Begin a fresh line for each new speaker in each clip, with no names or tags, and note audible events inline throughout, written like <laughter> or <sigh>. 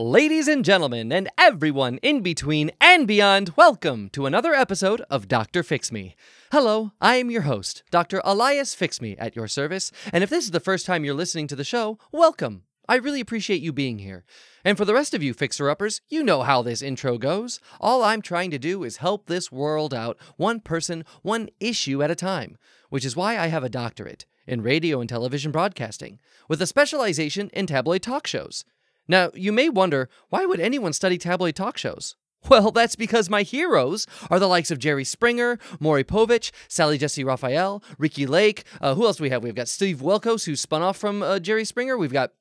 Ladies and gentlemen, and everyone in between and beyond, welcome to another episode of Dr. Fix Me. Hello, I am your host, Dr. Elias Fix Me, at your service. And if this is the first time you're listening to the show, welcome. I really appreciate you being here. And for the rest of you fixer uppers, you know how this intro goes. All I'm trying to do is help this world out, one person, one issue at a time, which is why I have a doctorate in radio and television broadcasting, with a specialization in tabloid talk shows. Now, you may wonder why would anyone study tabloid talk shows? Well, that's because my heroes are the likes of Jerry Springer, Maury Povich, Sally Jesse Raphael, Ricky Lake. Uh, who else do we have? We've got Steve Welkos, who spun off from uh, Jerry Springer. We've got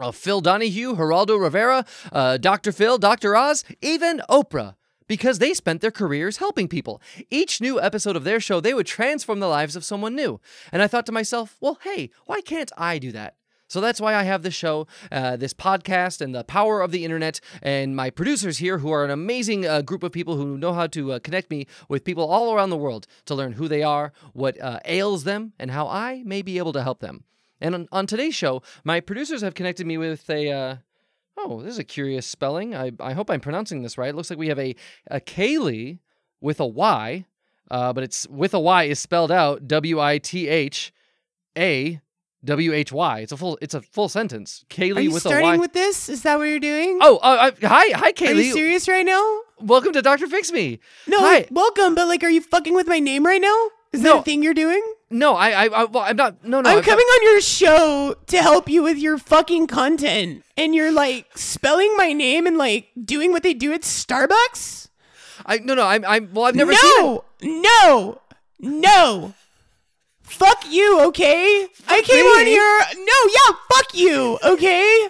uh, Phil Donahue, Geraldo Rivera, uh, Dr. Phil, Dr. Oz, even Oprah. Because they spent their careers helping people. Each new episode of their show, they would transform the lives of someone new. And I thought to myself, well, hey, why can't I do that? So that's why I have this show, uh, this podcast, and the power of the internet, and my producers here, who are an amazing uh, group of people who know how to uh, connect me with people all around the world to learn who they are, what uh, ails them, and how I may be able to help them. And on, on today's show, my producers have connected me with a. Uh, oh, this is a curious spelling. I, I hope I'm pronouncing this right. It looks like we have a, a Kaylee with a Y, uh, but it's with a Y is spelled out W I T H A W H Y. It's a full it's a full sentence. Kaylee
Are you
with a
starting
Y.
with this? Is that what you're doing?
oh, uh, uh, hi hi
Are you
Kaylee.
serious right now?
Welcome to Doctor Fix Me.
No,
Hi.
like, welcome, but like, are you fucking with my name right now? Is that
No.
a thing you're doing?
No, I I, I well, I'm not. No, no.
I'm
not-
coming on your show to help you with your fucking content, and you're like spelling my name and like doing what they do at Starbucks?
I no no. I'm I'm. Well, I've never seen. it.
no, no, no. Fuck you, okay? I came on
me.
here. No, yeah, fuck you, okay?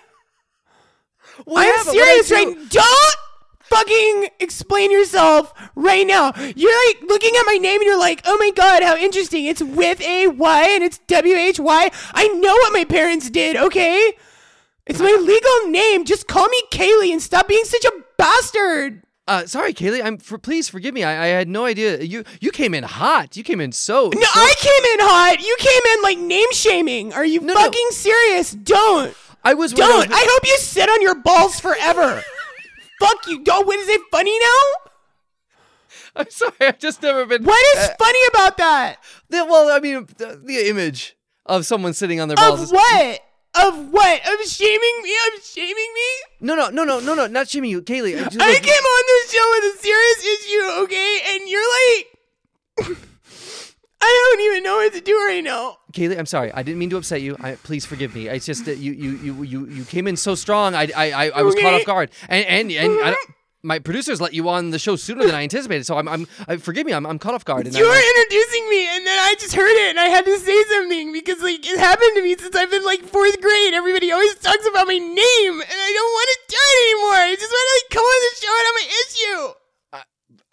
Well, yeah,
I'm
but what I
serious
do-
right Don't fucking explain yourself right now. You're like looking at my name and you're like, oh my god, how interesting. It's with a Y and it's W H Y. I know what my parents did, okay? It's my legal name. Just call me Kaylee and stop being such a bastard.
Uh, sorry, Kaylee. I'm for, please forgive me. I, I had no idea you you came in hot. You came in so.
No, I came in hot. You came in like name shaming. Are you
no. Oh,
fucking serious? Don't.
I was when
Don't.
I, <laughs>
I hope you sit on your balls forever. Fuck you. Don't. What is it funny now?
am sorry. I've just never been. uh,
What is funny about that?
The- well, I mean, the, the image of someone sitting on their balls.
Of
is-
what? Of what? Of shaming me? Of shaming me?
No, no, no, no, no, no. Not shaming you, Kaylee. I just,
I
like,
came on this show with a serious issue, okay? And you're like, <laughs> I don't even know what to do right now.
Kaylee, I'm sorry. I didn't mean to upset you. I, please forgive me. It's just that you, you, you, you, you came in so strong. I, I, I, I was caught
Okay.
off guard. And and and I don't- my producers let you on the show sooner than I anticipated. So I'm, I'm, I, forgive me. I'm, I'm caught off guard. And
You
I,
were introducing me, and then I just heard it, and I had to say something because, like, it happened to me since I've been like fourth grade. Everybody always talks about my name, and I don't want to do it anymore. I just want to like come on the show and have my issue.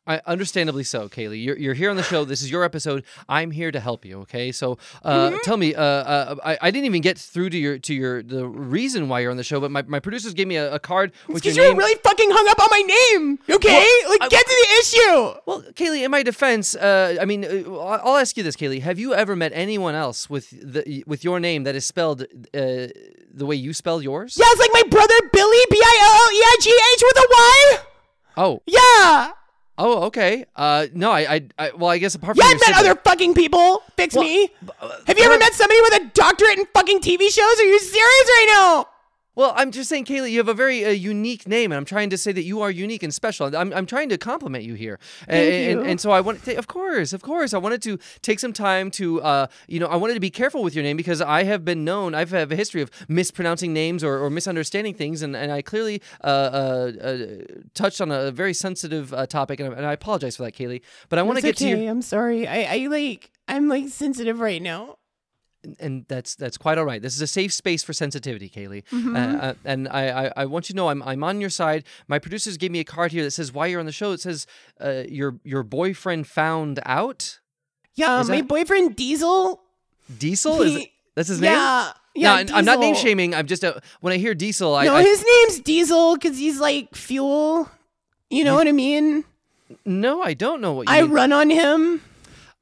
I, understandably so, Kaylee. You're, you're here on the show. This is your episode. I'm here to help you. Okay, so uh,
Mm-hmm.
tell me. Uh, uh, I, I didn't even get through to your to your the reason why you're on the show, but my, my producers gave me a, a card with your
Because you were
name.
really fucking hung up on my name. Okay, like, get to the issue.
well, Kaylee, in my defense, uh, I mean, uh, I'll I'll ask you this, Kaylee: Have you ever met anyone else with the with your name that is spelled uh, the way you spell yours?
Yeah, it's like my brother Billy, B I L L E I G H with a Y.
Oh,
Yeah.
oh, okay. Uh, no, I, I, I, well, I guess apart
Yeah,
from
I've
your
met
sibling-
other fucking people. Fix
Well,
me.
uh,
Have you ever
but-
met somebody with a doctorate in fucking TV shows? Are you serious right now?
Well, I'm just saying, Kaylee, you have a very uh, unique name, and I'm trying to say that you are unique and special. And I'm, I'm trying to compliment you here,
Thank
and,
you.
And, and so I wanted, to, of course, of course, I wanted to take some time to, uh, you know, I wanted to be careful with your name because I have been known, I've have a history of mispronouncing names or, or misunderstanding things, and, and I clearly uh, uh, uh, touched on a very sensitive uh, topic, and I, and I apologize for that, Kaylee. But I want to get to your
I'm sorry. I, I like I'm like sensitive right now.
and that's that's quite all right. This is a safe space for sensitivity, Kaylee.
Mm-hmm.
Uh, uh, and I, I, I want you to know I'm, I'm on your side. My producers gave me a card here that says why you're on the show. It says uh, your your boyfriend found out
Yeah,
Is
my
that-
boyfriend Diesel.
Diesel. Is
He-
that's his name?
Yeah.
No,
Yeah,
and I'm not name
Diesel.
shaming. I'm just uh, when I hear Diesel, I,
No,
I
his name's Diesel because he's like fuel. You
Mm-hmm.
know what I mean?
no, I don't know what you.
I
mean.
run on him.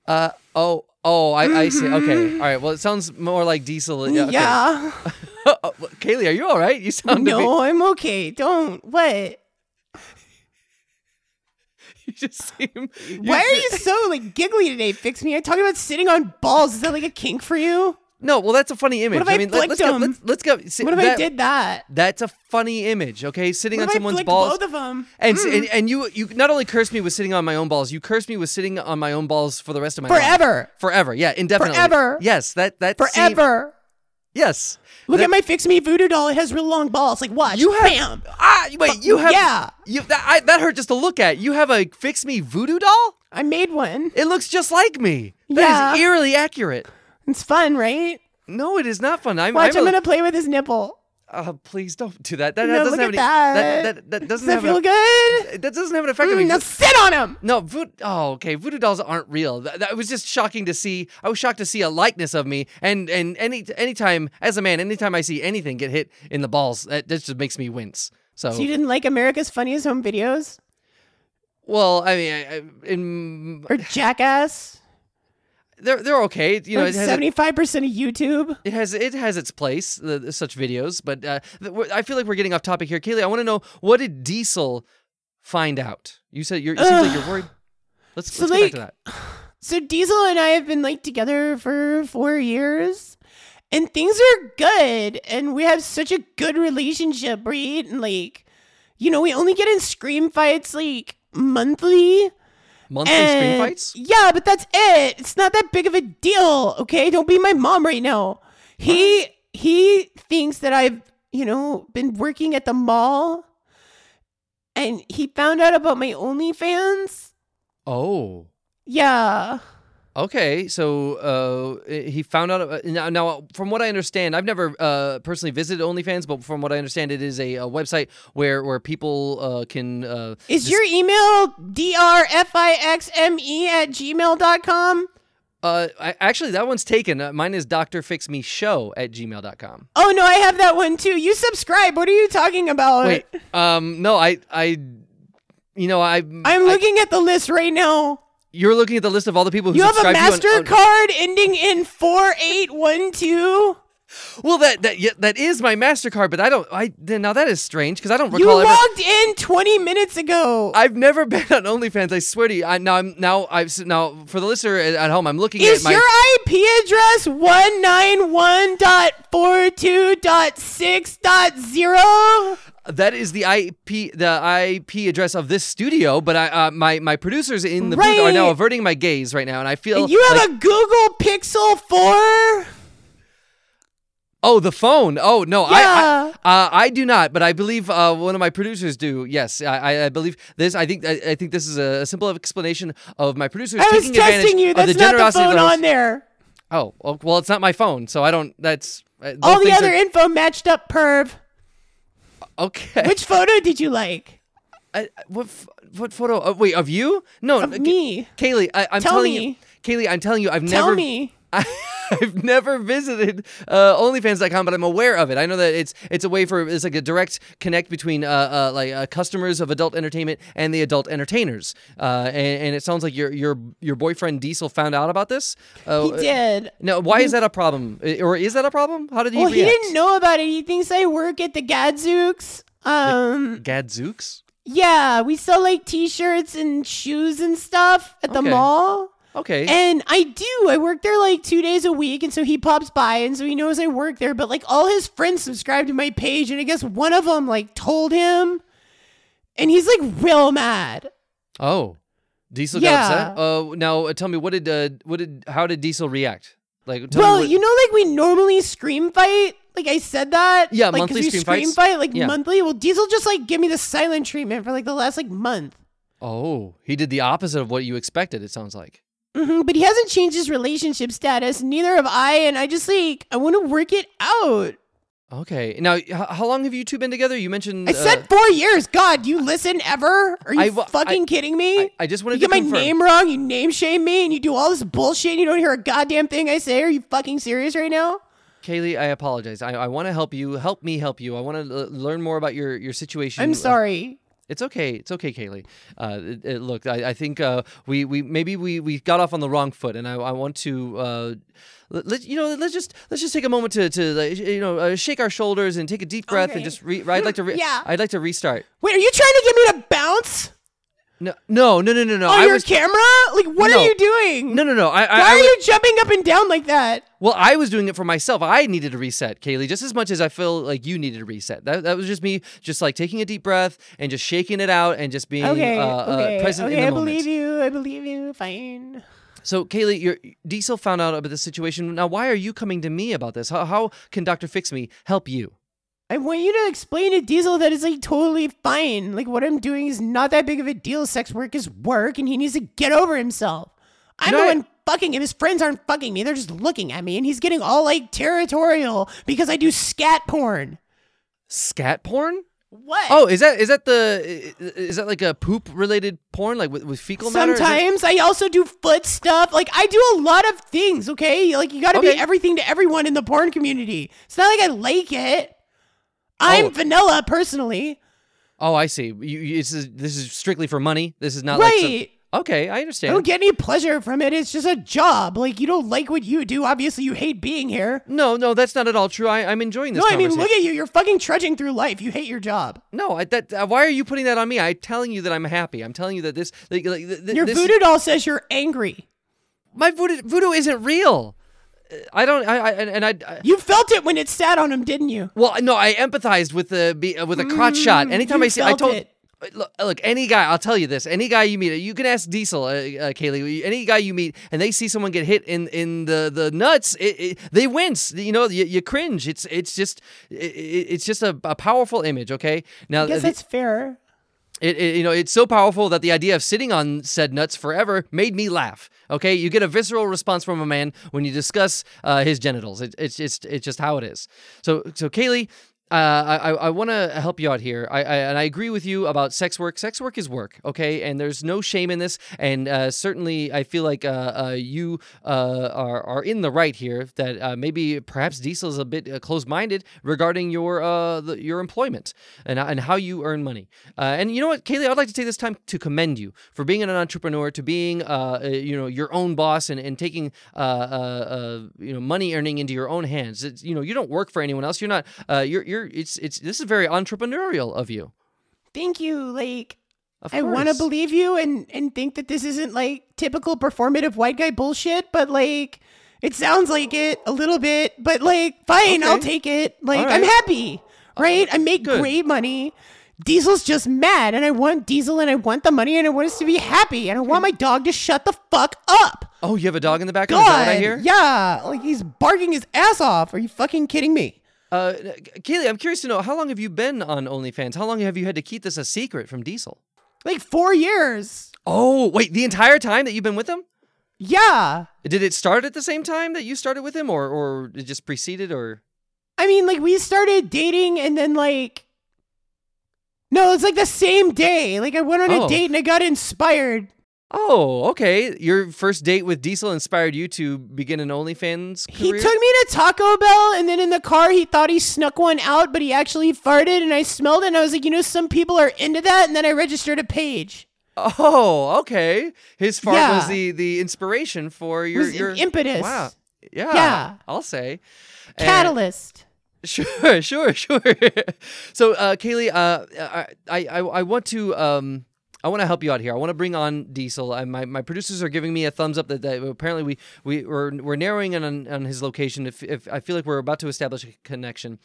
uh, <laughs> oh, oh, I, I see. Okay, all right. Well, it sounds more like Diesel. Yeah. okay.
Mm-hmm. Mm, yeah.
uh, Kaylee, are you all right? You sound a bit-
No, I'm okay. Don't. What?
<laughs> you just seem. you
Why are
se-
you so like giggly today? Fix me. I talking about sitting on balls. Is that like a kink for you?
No, well, that's a funny image.
if I
mean, let,
flicked
us go.
them?
Let's, let's go. See,
What if I
that-
did that?
That's a funny image, okay? Sitting
What
on
if I
someone's
flicked
balls.
both of them? Mm.
And, s- and and you you not only cursed me with sitting on my own balls, you cursed me with sitting on my own balls for the rest of my life.
Forever.
Forever. Yeah, indefinitely.
Forever.
Yes, that that seem-
Forever.
yes.
Look
That-
at my fix me voodoo doll. It has real long balls. Like watch.
You have
Bam.
ah wait you have
yeah.
you that, I, that hurt just to look at. You have a fix me voodoo doll.
I made one.
It looks just like me. That is
Yeah.
eerily accurate.
It's fun, right?
No, it is not fun. I'm,
Watch.
I'm
I'm
a-
gonna play with his nipple.
uh, please don't do that. That, that
No,
doesn't
look
have
at
any.
that.
That, that, that doesn't
Does that
have
feel
an,
good?
That doesn't have an effect on me.
Mm, now sit on him.
No, vood- oh, okay. Voodoo dolls aren't real. That, that was just shocking to see. I was shocked to see a likeness of me. And and any anytime as a man, anytime I see anything get hit in the balls, that, that just makes me wince. So,
So you didn't like America's Funniest Home Videos
well, I mean, I, I, in, <sighs>
or Jackass
they're they're okay. You know,
or
it has,
seventy five percent of YouTube?
it has it has its place. The, the- such videos, but uh, th- we're- I feel like we're getting off topic here. Kaylee, I want to know what did Diesel find out? You said you're, it seems like you're worried. Let's,
So,
let's go back
like,
to that.
So Diesel and I have been like together for four years, and things are good, and we have such a good relationship, right? And like, you know, we only get in scream fights like monthly.
Monthly screen
and-
fights.
Yeah, but that's it. It's not that big of a deal. Okay, don't be my mom right now. He he thinks that I've you know been working at the mall, and he found out about my OnlyFans.
Oh.
Yeah.
Okay, so uh, he found out uh, now, now. From what I understand, I've never uh, personally visited OnlyFans, but from what I understand, it is a, a website where where people uh, can. Uh,
Is
dis-
your email drfixme E at gmail.com?
uh, I, actually that one's taken? Uh, mine is drfixmeshow at gmail.com.
Oh no, I have that one too. You subscribe. What are you talking about?
Wait, um, no, I, I, you know, I,
I'm
I-
looking at the list right now.
you're looking at the list of all the people who
You have a
subscribe to you oh, on- on-
MasterCard ending in 4812.
well, that that yeah, that is my Mastercard, but I don't. I now that is strange because I don't
You
recall ever.
logged in 20 minutes ago.
I've never <laughs> been on OnlyFans. I swear to you. I, now I'm now I've now for the listener at, at home. I'm looking
Is
at my.
your IP address 191.42.6.0?
that is the IP the IP address of this studio. But I uh, my my producers in the booth are now
Right.
averting my gaze right now, and I feel
And you have
Oh, like-
a Google Pixel 4?
oh the phone. Oh no,
Yeah.
I I, uh, I do not. But I believe uh, one of my producers do. Yes, I, I, I believe this. I think I, I think this is a, simple explanation of my producers
I was
taking advantage
testing you.
of
That's
the
not the
generosity
phone
of
on there.
Oh well, well, it's not my phone, so I don't. That's uh,
All
those
the
things
other
Are,
info matched up, perv.
okay. <laughs>
Which photo did you like?
I, I- what f- what photo? Uh, wait, of you? No,
Of
K-
me.
Kaylee, I, I'm
Tell
telling you,
me.
Kaylee, I'm telling you, I've
Tell
never.
me.
I, <laughs> I've never visited uh, OnlyFans.com, but I'm aware of it. I know that it's it's a way for it's like a direct connect between uh, uh, like uh, customers of adult entertainment and the adult entertainers. Uh, and, and it sounds like your your your boyfriend Diesel found out about this. Uh,
He did.
Now, why is that a problem, I- or is that a problem? How did he
Well, he
react?
didn't know about it. He thinks I work at the Gadzooks. Um,
Gadzooks.
yeah, we sell like t-shirts and shoes and stuff at the
Okay.
mall.
Okay.
And I do. I work there like two days a week, and so he pops by, and so he knows I work there. But like all his friends subscribe to my page, and I guess one of them like told him, and he's like real mad.
Oh, Diesel
Yeah.
got upset. Uh, now uh, tell me what did uh, what did how did Diesel react? Like, tell me
well,
what-
you know, like we normally scream fight. Like I said that.
Yeah,
like, 'cause
monthly
we
scream
scream
fights.
fight like
Yeah.
monthly. Well, Diesel just like give me the silent treatment for like the last like month.
oh, he did the opposite of what you expected. It sounds like. Mm-hmm.
hmm but he hasn't changed his relationship status. Neither have I, and I just like I want to work it out.
Okay, now h- how long have you two been together? You mentioned.
I said
Uh,
four years. God, you listen ever? Are you
I wa-
fucking
I-
kidding me?
uh, I, I just wanted
you get
to
my
confirm.
name wrong. You name shame me, and you do all this bullshit. And you don't hear a goddamn thing I say. Are you fucking serious right now?
Kaylee. I apologize. I, I want to help you. Help me help you. I want to l- learn more about your your situation.
I'm
Uh,
sorry.
It's okay. It's okay, Kaylee. Uh, it- it- look, I, I think uh, we we maybe we, we got off on the wrong foot, and I, I want to uh, let, let- you know let's just let's just take a moment to to like, sh- you know uh, shake our shoulders and take a deep breath and
Okay.
just re- I'd like to re-
<laughs> Yeah.
I'd like to restart.
Wait, are you trying to get me to bounce
No no no no no. no.
on
I
your
was
camera? Like, what
No.
are you doing?
no no no. I, I,
Oh,
I
Why are
was-
you jumping up and down like that?
Well, I was doing it for myself. I needed a reset, Kaylee, just as much as I feel like you needed a reset. That, that was just me, just like taking a deep breath and just shaking it out and just being
Okay,
uh,
okay,
uh, present
okay.
in the
I
moment.
believe you. I believe you. Fine.
So, Kaylee, your Diesel found out about this situation. Now, why are you coming to me about this? How, how can Doctor Fix Me help you?
I want you to explain to Diesel that it's like totally fine. Like what I'm doing is not that big of a deal. Sex work is work, and he needs to get over himself.
You
I'm the
know, I-
one fucking him. His friends aren't fucking me. They're just looking at me, and he's getting all like territorial because I do scat porn.
Scat porn?
What?
Oh, is that is that the i- i- is that like a poop related porn, like with, with fecal matter? Is that-
Sometimes I also do foot stuff. Like I do a lot of things. Okay, like you got to
Okay.
be everything to everyone in the porn community. It's not like I like it. I'm
Oh.
vanilla personally.
Oh, I see. You, you, this is this is strictly for money. This is not like some-
right.
okay. I
I
understand.
don't get any pleasure from it. It's just a job. Like you don't like what you do. Obviously, you hate being here.
No, no, that's not at all true. I, I'm enjoying this.
No, I mean,
conversation.
look at you. You're fucking trudging through life. You hate your job.
No, I, that uh, why are you putting that on me? I'm telling you that I'm happy. I'm telling you that this like, like th- th-
Your
this,
voodoo doll says you're angry.
my voodoo, voodoo isn't real. Uh, I don't. I, I and and I. I
You felt it when it sat on him, didn't you?
well, no, I empathized with the be- uh, with a crotch shot. Anytime
Mm, you
I see, I
felt
told.
it.
Look, look, any guy, I'll tell you this. Any guy you meet, you can ask Diesel, uh, uh, Kaylee. Any guy you meet, and they see someone get hit in in the the nuts, it, it, they wince. You know, you, you cringe. It's it's just it, it- it's just a, a powerful image. Okay, now
I guess
the-
that's fair.
It, it you know it's so powerful that the idea of sitting on said nuts forever made me laugh. Okay, you get a visceral response from a man when you discuss uh, his genitals. It, it's just it's just how it is. So so Kaylee. Uh, I, I want to help you out here. I, I and I agree with you about sex work. Sex work is work, okay? And there's no shame in this. And uh, certainly, I feel like uh, uh, you uh, are are in the right here. That uh, maybe perhaps Diesel's a bit uh, closed-minded regarding your uh, the, your employment and uh, and how you earn money. Uh, and you know what, Kaylee, I'd like to take this time to commend you for being an entrepreneur, to being uh, uh, you know your own boss, and and taking uh, uh, uh, you know money earning into your own hands. It's, you know you don't work for anyone else. You're not. Uh, you're you're. It's it's. This is very entrepreneurial of you.
Thank you. Like
Of
I want to
course.
believe you and and think that this isn't like typical performative white guy bullshit, but like it sounds like it a little bit, but like fine, I'll
Okay.
take it. Like
All
I'm
right.
happy, right? I make
good.
great money. Diesel's just mad, and I want Diesel, and I want the money, and I want us to be happy, and I want my dog to shut the fuck up.
Oh, you have a dog in the background.
God,
Is that what I hear?
yeah, like he's barking his ass off. Are you fucking kidding me?
Uh, Kaylee, I'm curious to know how long have you been on OnlyFans? How long have you had to keep this a secret from Diesel?
Like four years.
Oh, wait, the entire time that you've been with him?
Yeah.
Did it start at the same time that you started with him, or or it just preceded, or?
I mean, like we started dating and then like No, it's like the same day. Like I went on
Oh.
a date and I got inspired.
Oh, okay. Your first date with Diesel inspired you to begin an OnlyFans
He
career.
took me to Taco Bell and then in the car he thought he snuck one out, but he actually farted and I smelled it and I was like, you know, some people are into that and then I registered a page.
oh, okay. His fart was
Yeah.
the the inspiration for
It
your
was
your
impetus.
Wow. Yeah.
Yeah.
I'll say. And-
Catalyst.
Sure, <laughs> sure, sure. so, uh, Kaylee, uh, I, I, I I want to, um, I want to help you out here. I want to bring on Diesel. I, my, my producers are giving me a thumbs up that, that apparently we we we're, we're narrowing in on, on his location. If, if I feel like we're about to establish a connection.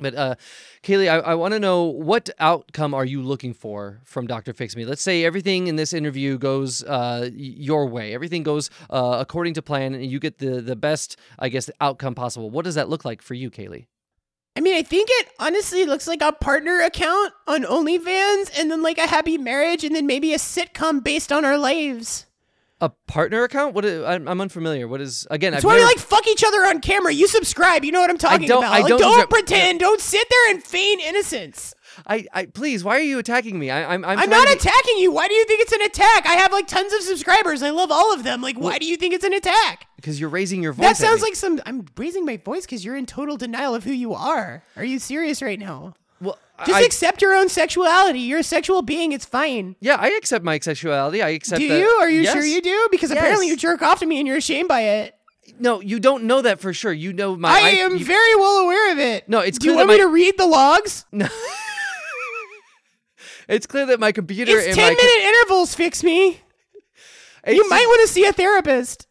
But uh, Kaylee, I, I want to know what outcome are you looking for from Doctor Fix Me? Let's say everything in this interview goes uh, y- your way, everything goes uh, according to plan, and you get the the best, I guess, outcome possible. What does that look like for you, Kaylee?
I mean, I think it honestly looks like a partner account on OnlyFans and then like a happy marriage and then maybe a sitcom based on our lives.
A partner account? What? Is, I'm, I'm unfamiliar. What is again?
It's
I've
where we
never-
like fuck each other on camera. You subscribe. You know what I'm talking
don't-
about.
I
Like,
don't subscribe.
pretend. Don't sit there and feign innocence.
I, I please. Why are you attacking me? I, I'm I'm,
I'm
trying
not
to be-
attacking you. Why do you think it's an attack? I have like tons of subscribers. I love all of them. Like, why do you think it's an attack?
because you're raising your voice.
That
at
sounds
me.
like some. I'm raising my voice because you're in total denial of who you are. Are you serious right now?
Well,
Just
I-
accept your own sexuality. You're a sexual being. It's fine.
Yeah, I accept my sexuality. I accept.
Do
that-
you? Are you
Yes.
sure you do? Because apparently
Yes.
you jerk off to me and you're ashamed by it.
No, you don't know that for sure. You know my.
I,
<laughs>
am
you-
very well aware of it.
No, it's
Do you
clear
want
that
me
my-
to read the logs?
It's clear that my computer
It's
and
ten
my. co-
minute intervals. Fix me. You
it's-
might want to see a therapist.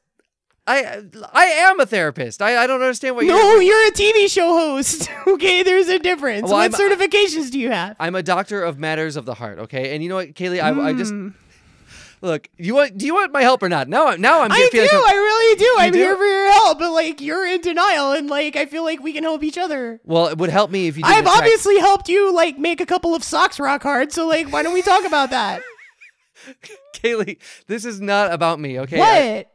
I I am a therapist. I, I don't understand what you're.
No, you're a TV show host. <laughs> okay, there's a difference.
Well,
what
I'm- uh,
certifications do you have?
I'm a doctor of matters of the heart. Okay, and you know what, Kaylee, I, I just
Hmm.
look. You want? Do you want my help or not? Now, I'm now I'm
I do.
feeling.
I really do. I'm
do?
here for your help, but like you're in denial, and like I feel like we can help each other.
well, it would help me if you. Didn't
I've
attack-
obviously helped you like make a couple of socks rock hard, so like why don't we talk
<laughs>
about that?
Kaylee. This is not about me. Okay. I-
what?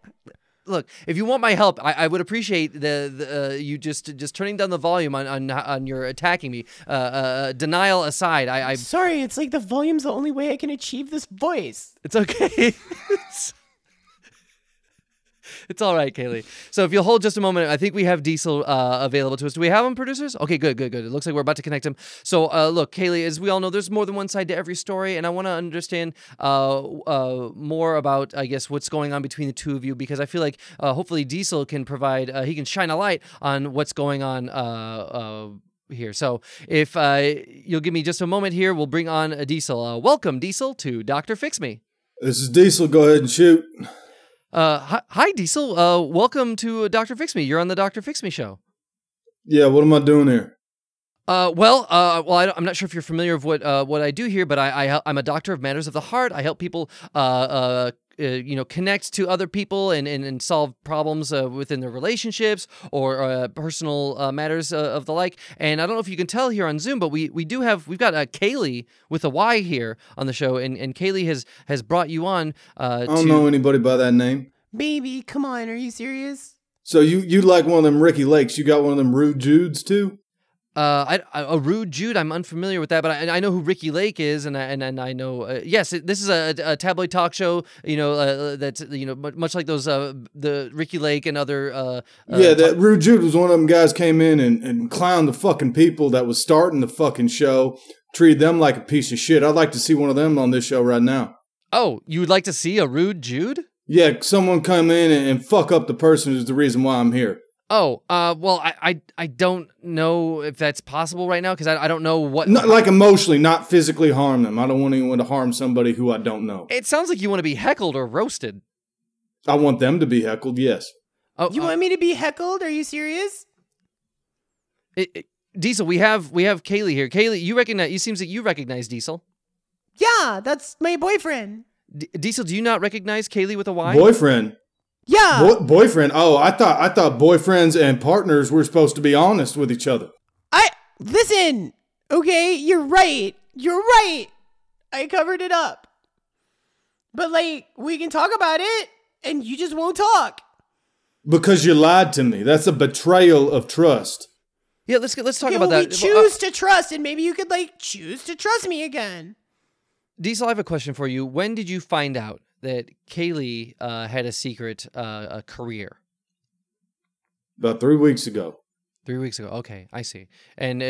look, if you want my help, I, I would appreciate the, the uh, you just just turning down the volume on on, on your attacking me. Uh, uh, denial aside, I, I
Sorry, it's like the volume's the only way I can achieve this voice.
it's okay. <laughs> it's, it's all right, Kaylee. So if you'll hold just a moment, I think we have Diesel uh, available to us. Do we have him, producers? Okay, good, good, good. It looks like we're about to connect him. So uh, look, Kaylee, as we all know, there's more than one side to every story, and I want to understand uh, uh, more about, I guess, what's going on between the two of you because I feel like uh, hopefully Diesel can provide, uh, he can shine a light on what's going on. Uh, uh, here. So if uh, you'll give me just a moment here, we'll bring on a Diesel. Uh, welcome, Diesel, to Dr. Fix Me.
This is Diesel. Go ahead and shoot.
Uh, hi, hi, Diesel. Uh, welcome to uh, Doctor Fix Me. You're on the Doctor Fix Me show.
Yeah, what am I doing here?
Uh, well, uh, well, I don't, I'm not sure if you're familiar of what uh, what I do here, but I, I hel- I'm a doctor of matters of the heart. I help people, uh, uh, uh, you know, connect to other people and and, and solve problems uh, within their relationships or uh, personal uh, matters uh, of the like. And I don't know if you can tell here on Zoom, but we we do have we've got uh, Kaylee with a Y here on the show, and, and Kaylee has has brought you on. Uh,
I don't
to,
know anybody by that name.
Baby, come on, are you serious?
So you you like one of them Ricky Lakes? You got one of them rude Judes too?
Uh, I, I, a rude Jude. I'm unfamiliar with that, but I, I know who Ricky Lake is, and I, and, and I know. Uh, yes, it- this is a, a tabloid talk show. You know uh, that's you know mu- much like those uh, the Ricky Lake and other. Uh, uh,
yeah,
talk-
that rude Jude was one of them guys came in and, and clowned the fucking people that was starting the fucking show. Treated them like a piece of shit. I'd like to see one of them on this show right now.
oh, you would like to see a rude Jude?
Yeah, someone come in and, and fuck up the person who's the reason why I'm here.
Oh, uh, well, I, I I don't know if that's possible right now because I, I don't know what.
Not like emotionally, not physically harm them. I don't want anyone to harm somebody who I don't know.
it sounds like you want to be heckled or roasted.
I want them to be heckled. Yes.
Oh,
You
uh,
want me to be heckled? Are you serious?
it- it- Diesel, we have we have Kaylee here. Kaylee, you recognize? You seems that you recognize Diesel.
Yeah, that's my boyfriend.
D- Diesel, do you not recognize Kaylee with a Y?
Boyfriend.
Yeah.
Boy, boyfriend. Oh, I thought I thought boyfriends and partners were supposed to be honest with each other.
I listen. Okay, you're right. You're right. I covered it up. But like we can talk about it and you just won't talk.
Because you lied to me. That's a betrayal of trust.
Yeah, let's get, let's talk
Okay,
about
well, we
that. Well, uh,
choose to trust and maybe you could like choose to trust me again.
Diesel, I have a question for you. When did you find out that Kaylee uh, had a secret uh, a career?
About three weeks ago.
Three weeks ago. Okay, I see. And uh, uh,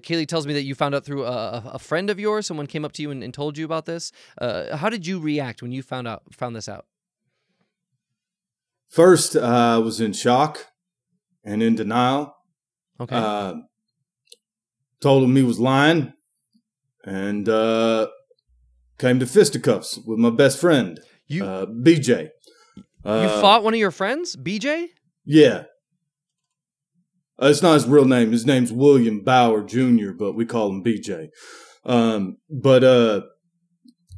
Kaylee tells me that you found out through a, a- a friend of yours. Someone came up to you and, and told you about this. Uh, how did you react when you found out found this out?
First, uh, I was in shock and in denial.
Okay.
Uh, told him he was lying, and uh, came to fisticuffs with my best friend,
you
uh, BJ.
you
Uh,
fought one of your friends, BJ.
Yeah. Uh, it's not his real name. His name's William Bauer Jr., but we call him BJ. Um, but uh,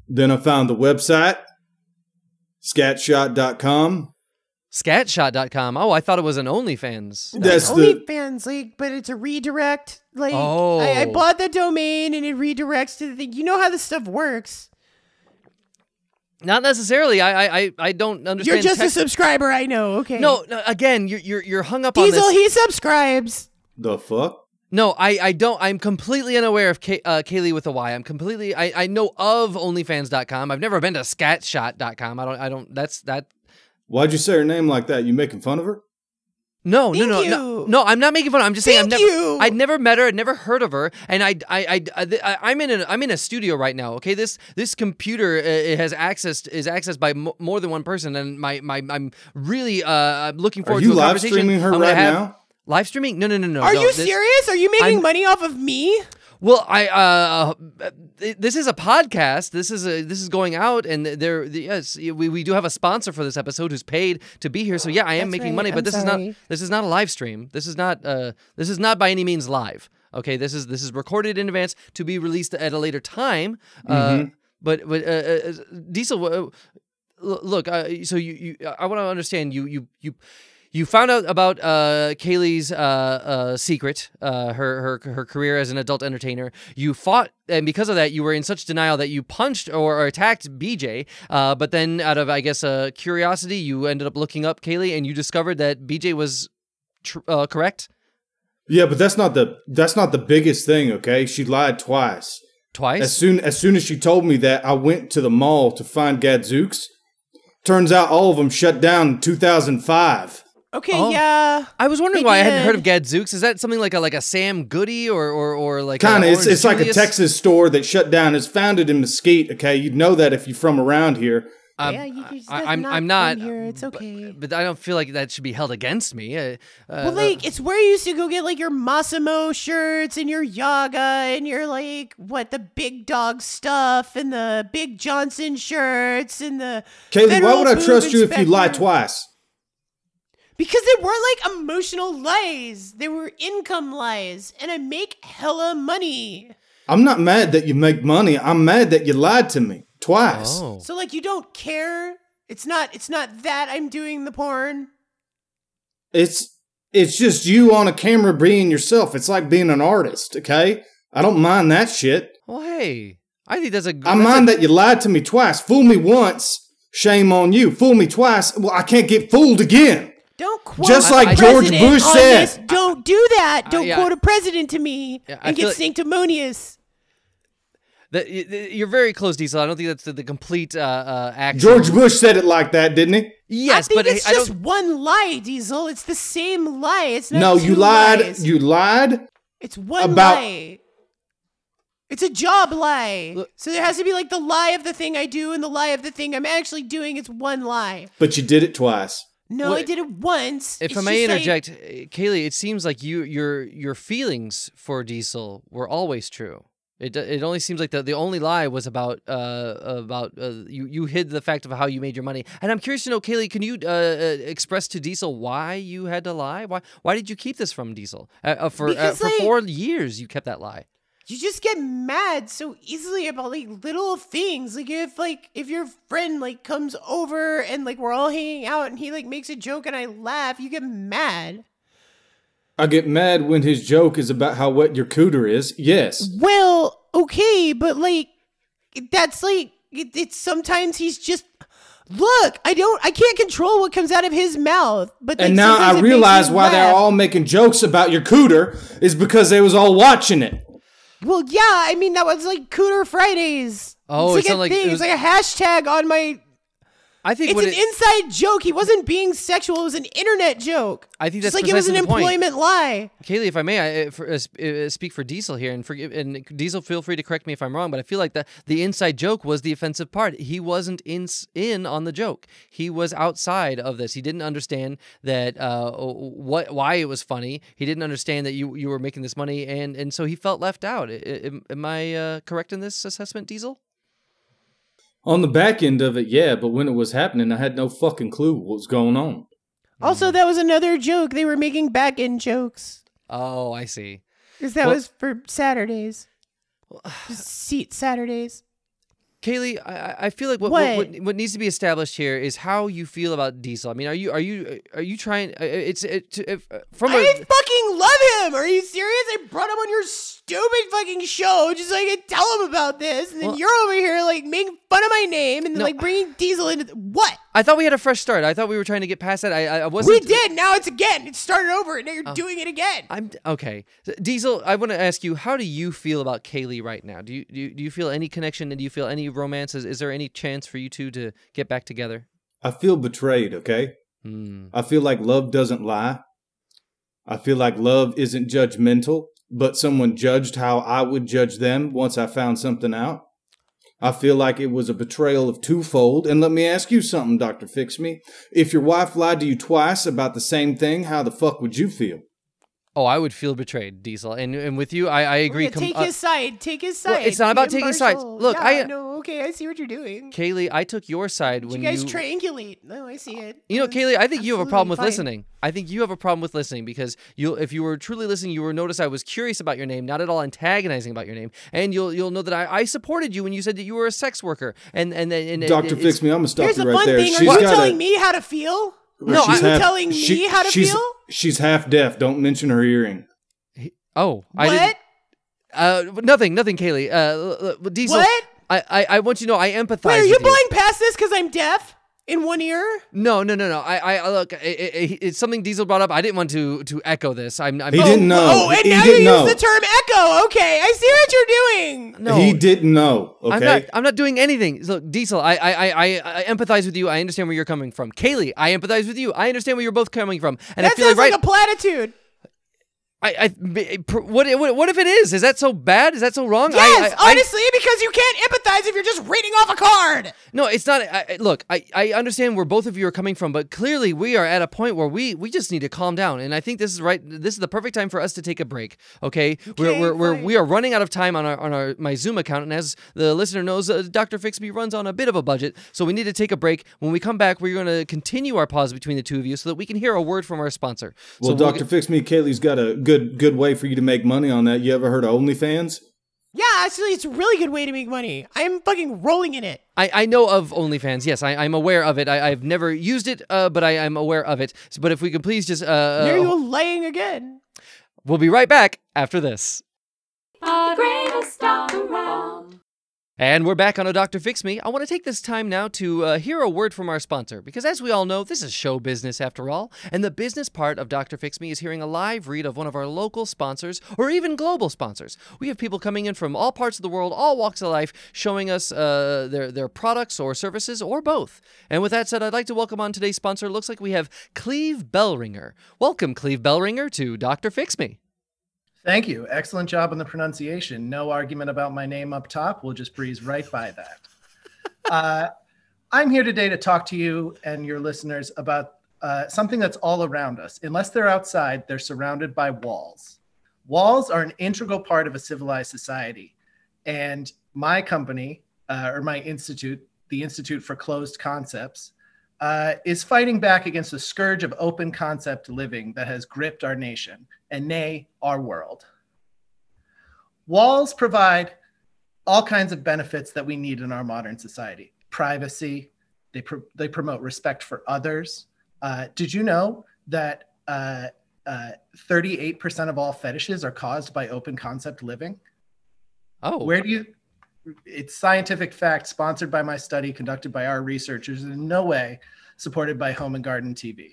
then I found the website, scatshot.com.
Scatshot.com. Oh, I thought it was an OnlyFans.
That- That's
like,
the-
OnlyFans like, but it's a redirect. Like
Oh.
I, I bought the domain and it redirects to the thing. You know how this stuff works.
Not necessarily. I I I- I don't understand.
You're just
tech-
a subscriber, I know. Okay.
no, no. Again, you're you're you're hung up on this.
Diesel, he subscribes.
The fuck?
No, I, I don't. I'm completely unaware of Kay, uh, Kaylee with a Y. I'm completely. I, I know of OnlyFans.com. I've never been to Scatshot.com. I don't. I don't. That's that.
Why'd you say her name like that? You making fun of her?
No, no, no,
Thank
no,
you.
no. I'm not making fun. of her. I'm just saying I've
Thank
never,
you.
I'd never met her. I'd never heard of her. And I, I, I, I I'm in, a, I'm in a studio right now. Okay, this, this computer uh, it has access is accessed by mo- more than one person. And my, my, I'm really, uh, I'm looking forward
you
to a
live
conversation.
streaming her
I'm gonna
right
have-
now?
Live streaming? No, no, no, no.
Are
no,
you
this-
serious? Are you making
I'm-
money off of me?
Well, I uh, uh, this is a podcast. This is a, this is going out, and there yes, we, we do have a sponsor for this episode who's paid to be here. So yeah, I am
That's
making
right.
money, but
I'm
this is
sorry.
not this is not a live stream. This is not uh, this is not by any means live. Okay, this is this is recorded in advance to be released at a later time. Uh, but but uh, uh, Diesel, uh, l- look, uh, so you, you I want to understand you you you. You found out about uh, Kaylee's uh, uh, secret, uh, her, her her career as an adult entertainer. You fought, and because of that, you were in such denial that you punched or, or attacked BJ. Uh, but then, out of I guess uh, curiosity, you ended up looking up Kaylee, and you discovered that BJ was tr- uh, correct
Yeah, but that's not the that's not the biggest thing. Okay, she lied twice.
twice.
As soon as soon as she told me that, I went to the mall to find Gadzooks. Turns out all of them shut down in 2005.
Okay,
Oh.
yeah.
I was wondering
They
why I hadn't
did.
heard of Gadzooks. Is that something like a like a Sam Goody or or, or like a
Kind of, it's,
Orange
it's like a
Julius?
Texas store that shut down. It's founded in Mesquite. Okay, you'd know that if you're from around here.
Um,
Yeah, you- you're just
I, am
not
I'm
from
not
here. It's
but-
okay.
But, I don't feel like that should be held against me. Uh, uh,
Well, like it's where you used to go get like your Massimo shirts and your Yaga and your like what the big dog stuff and the Big Johnson shirts and the
Kaylee, why
Federal
would I
Boob
trust you if you lie
Inspector-
twice?
Because they weren't like emotional lies; they were income lies, and I make hella money.
I'm not mad that you make money. I'm mad that you lied to me twice.
oh.
So like you don't care. It's not. It's not that I'm doing the porn.
It's it's just you on a camera being yourself. It's like being an artist, okay? I don't mind that shit.
Well, hey, I think that's a.
I
that's
mind
a-
that you lied to me twice. Fool me once, shame on you. Fool me twice, well, I can't get fooled again.
Don't quote
Just
a
like George
president
Bush
on
said.
this. Don't do that. Don't
Uh, yeah.
quote a president to me
Yeah, I
and get
feel like-
sanctimonious.
that- y- y- you're very close, Diesel. I don't think that's the, the complete uh, uh, action.
George Bush said it like that, didn't he?
yes,
I think
but
it's
I, I
just
don't.
one lie, Diesel. It's the same lie. It's not
No,
two
you lied.
lies.
You lied.
it's one
about-
lie. It's a job lie. so there has to be like the lie of the thing I do and the lie of the thing I'm actually doing. It's one lie.
But you did it twice.
No, I
Wait.
did it once.
If
It's
I may
just
interject,
like-
uh, Kaylee, it seems like you your your feelings for Diesel were always true. It, do- it only seems like the, the only lie was about uh, about uh, you you hid the fact of how you made your money. And I'm curious to know, Kaylee, can you uh, uh, express to Diesel why you had to lie? Why why did you keep this from Diesel uh, uh, for uh,
Because,
for
like-
four years? You kept that lie.
you just get mad so easily about like little things like if like if your friend like comes over and like we're all hanging out and he like makes a joke and i laugh you get mad
I get mad when his joke is about how wet your cooter is. Yes.
well okay but like that's like it, it's sometimes he's just look i don't i can't control what comes out of his mouth but like,
And now
sometimes
I
it makes me
realize why they're
laugh.
all making jokes about your cooter is because they was all watching it.
well yeah i mean that was like cooter fridays
Oh,
it's
it
like a
sounded like it
thing
was-
it's like a hashtag on my
I think
It's
when
an
it,
inside joke. He wasn't being sexual. It was an internet joke.
I think
Just
that's
like it was an
precisely the point.
employment lie.
Kaylee, if I may, I, uh, for, uh, sp- uh, speak for Diesel here, and forgive. And Diesel, feel free to correct me if I'm wrong, but I feel like the the inside joke was the offensive part. He wasn't in s- in on the joke. He was outside of this. He didn't understand that uh, what why it was funny. He didn't understand that you you were making this money, and and so he felt left out. I- I- Am, am I uh, correct in this assessment, Diesel?
On the back end of it, yeah, but when it was happening, I had no fucking clue what was going on.
Mm.
Also, that was another joke. They were making back end jokes
Oh, I see.
because that
Well-
was for
<sighs>
Saturdays. Just seat Saturdays.
Kaylee, I- I, I feel like what,
What?
what? What, what needs to be established here is how you feel about Diesel. I mean, are you are you are you trying? uh, It's it, to- if, uh, from a
I fucking love him. Are you serious? I brought him on your stupid fucking show just so I could tell him about this, and then
Well-
you're over here like making fun of my name and then
No.
like bringing Diesel into th- what
I thought we had a fresh start. I thought we were trying to get past that. I I- I wasn't.
we did. Now it's again. It started over, and now
Oh.
you're doing it again.
I'm okay. So, Diesel, I want to ask you, how do you feel about Kaylee right now? Do you do you, do you feel any connection? And do you feel any romance? Is, is there any chance for you two to get back together?
I feel betrayed, okay?
Hmm.
I feel like love doesn't lie. I feel like love isn't judgmental, but someone judged how I would judge them once I found something out. I feel like it was a betrayal of twofold. And let me ask you something, Dr. Fix Me. If your wife lied to you twice about the same thing, how the fuck would you feel?
Oh, I would feel betrayed, Diesel. And and with you, I, I agree.
Yeah,
com-
take
uh,
his side. Take his side.
Well, it's not
Be
about taking sides.
impartial.
Look,
Yeah,
I-
know. Okay, I see what you're doing.
Kaylee, I took your side
You
when
guys triangulate. No, I see it.
You know,
That's
Kaylee, I think you have a problem with
absolutely fine.
listening. I think you have a problem with listening because you, if you were truly listening, you would notice I was curious about your name, not at all antagonizing about your name, and you'll you'll know that I, I supported you when you said that you were a sex worker. And and and, and
Dr.
it's-
Fix Me, I'm going to stop
Here's
you
the
right
fun
there.
thing. Are
She's
you
got a-
telling me how to feel?
No,
she's
I'm
half-
telling
she-
me how to
she's-
feel?
She's half deaf. Don't mention her earring.
Oh, I
What?
didn't, uh, nothing, nothing, Kaylee. Uh, l- l- Diesel,
What?
I, I I want you to know I empathize.
Wait, are you
with
blowing past this because I'm deaf in one ear?
No, no, no, no. I, I- I look. i i i- it's something Diesel brought up. I didn't want to to echo this. I'm. I'm
He
oh,
didn't know.
Oh, and
he
now you
didn't know.
use the term echo. Okay, I see what you're doing.
No,
He didn't know. Okay.
I'm not. I'm not doing anything. Look, Diesel. I, I, I, I- I empathize with you. I understand where you're coming from. Kaylee, I empathize with you. I understand where you're both coming from. And I
that
feel
sounds
like right.
like a platitude.
I, I, b- pr- what, what, what if it is? Is that so bad? Is that so wrong? I-
Yes,
I, I,
honestly, because you can't empathize if you're just reading off a card.
no, it's not. I, I- look, I, I understand where both of you are coming from, but clearly we are at a point where we, we just need to calm down. And I think this is right. This is the perfect time for us to take a break. Okay, we're,
Okay,
we're, we're
fine.
we are running out of time on our on our my Zoom account, and as the listener knows, uh, Doctor Fixby runs on a bit of a budget, so we need to take a break. When we come back, we're going to continue our pause between the two of you so that we can hear a word from our sponsor.
well,
so we'll
Dr. Fix Me, Kaylee's got a good good way for you to make money on that. You ever heard of OnlyFans?
Yeah, actually, it's a really good way to make money. I'm fucking rolling in it.
I, I know of OnlyFans. Yes, I, I'm aware of it. I, I've never used it, uh, but I, I'm aware of it. So, but if we could please just. Uh,
there you
uh,
go, laying again.
we'll be right back after this.
The greatest stop around.
And we're back on a Doctor Fix Me. I want to take this time now to uh, hear a word from our sponsor, because as we all know, this is show business after all, and the business part of Doctor Fix Me is hearing a live read of one of our local sponsors or even global sponsors. We have people coming in from all parts of the world, all walks of life, showing us uh, their their products or services or both. And with that said, I'd like to welcome on today's sponsor. Looks like we have Cleve Bellringer. Welcome, Cleve Bellringer, to Doctor Fix Me.
Thank you. Excellent job on the pronunciation. No argument about my name up top. We'll just breeze right by that. Uh, I'm here today to talk to you and your listeners about uh, something that's all around us. Unless they're outside, they're surrounded by walls. Walls are an integral part of a civilized society. And my company, uh, or my institute, the Institute for Closed Concepts, uh, is fighting back against the scourge of open concept living that has gripped our nation and nay, our world. Walls provide all kinds of benefits that we need in our modern society privacy, they, pro- they promote respect for others. Uh, did you know that uh, uh, 38% of all fetishes are caused by open concept living?
Oh,
Where do you? It's scientific fact, sponsored by my study, conducted by our researchers, and in no way supported by Home and Garden TV.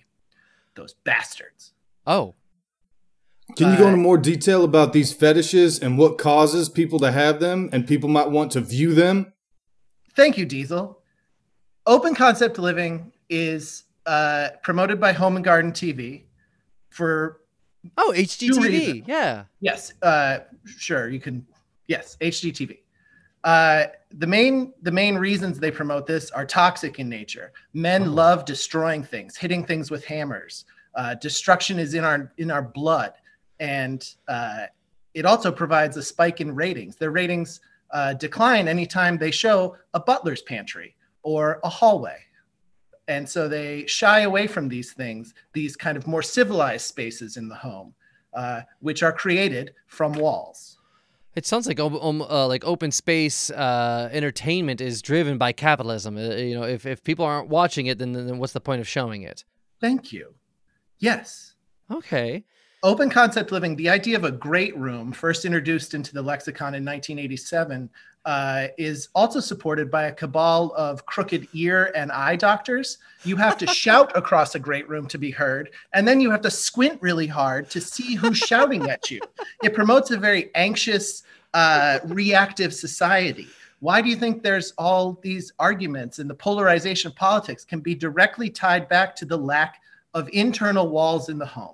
Those bastards.
oh,
Can you go
Uh,
into more detail about these fetishes and what causes people to have them and people might want to view them?
Thank you, Diesel. Open concept living is uh, promoted by Home and Garden TV. For
oh,
reasons.
HGTV. Yeah.
yes, uh, sure you can. Yes, HGTV. Uh, the main the main reasons they promote this are toxic in nature. Men
Oh.
love destroying things, hitting things with hammers. Uh, destruction is in our in our blood, and uh, it also provides a spike in ratings. Their ratings uh, decline anytime they show a butler's pantry or a hallway. And so they shy away from these things, these kind of more civilized spaces in the home, uh, which are created from walls.
It sounds like ob- um, uh, like open space uh, entertainment is driven by capitalism. Uh, you know, if, if people aren't watching it, then then what's the point of showing it?
Thank you. Yes.
Okay.
Open concept living, the idea of a great room, first introduced into the lexicon in 1987, uh, is also supported by a cabal of crooked ear and eye doctors. You have to shout across a great room to be heard, and then you have to squint really hard to see who's shouting at you. It promotes a very anxious, uh, reactive society. Why do you think there's all these arguments and the polarization of politics can be directly tied back to the lack of internal walls in the home?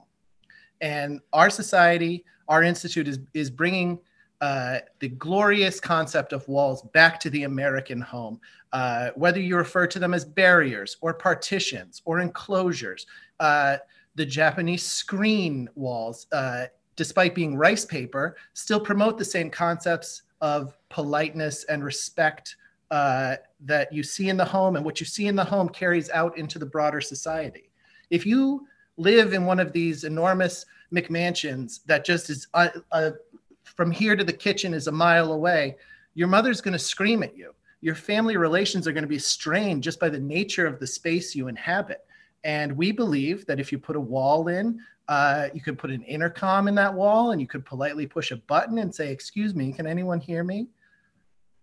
and our society, our institute is is bringing uh, the glorious concept of walls back to the American home. Uh, whether you refer to them as barriers or partitions or enclosures, uh, the Japanese screen walls, uh, despite being rice paper, still promote the same concepts of politeness and respect uh, that you see in the home, and what you see in the home carries out into the broader society. If you live in one of these enormous McMansions that just is uh, uh, from here to the kitchen is a mile away, your mother's going to scream at you. Your family relations are going to be strained just by the nature of the space you inhabit. And we believe that if you put a wall in, uh, you could put an intercom in that wall and you could politely push a button and say, Excuse me, can anyone hear me?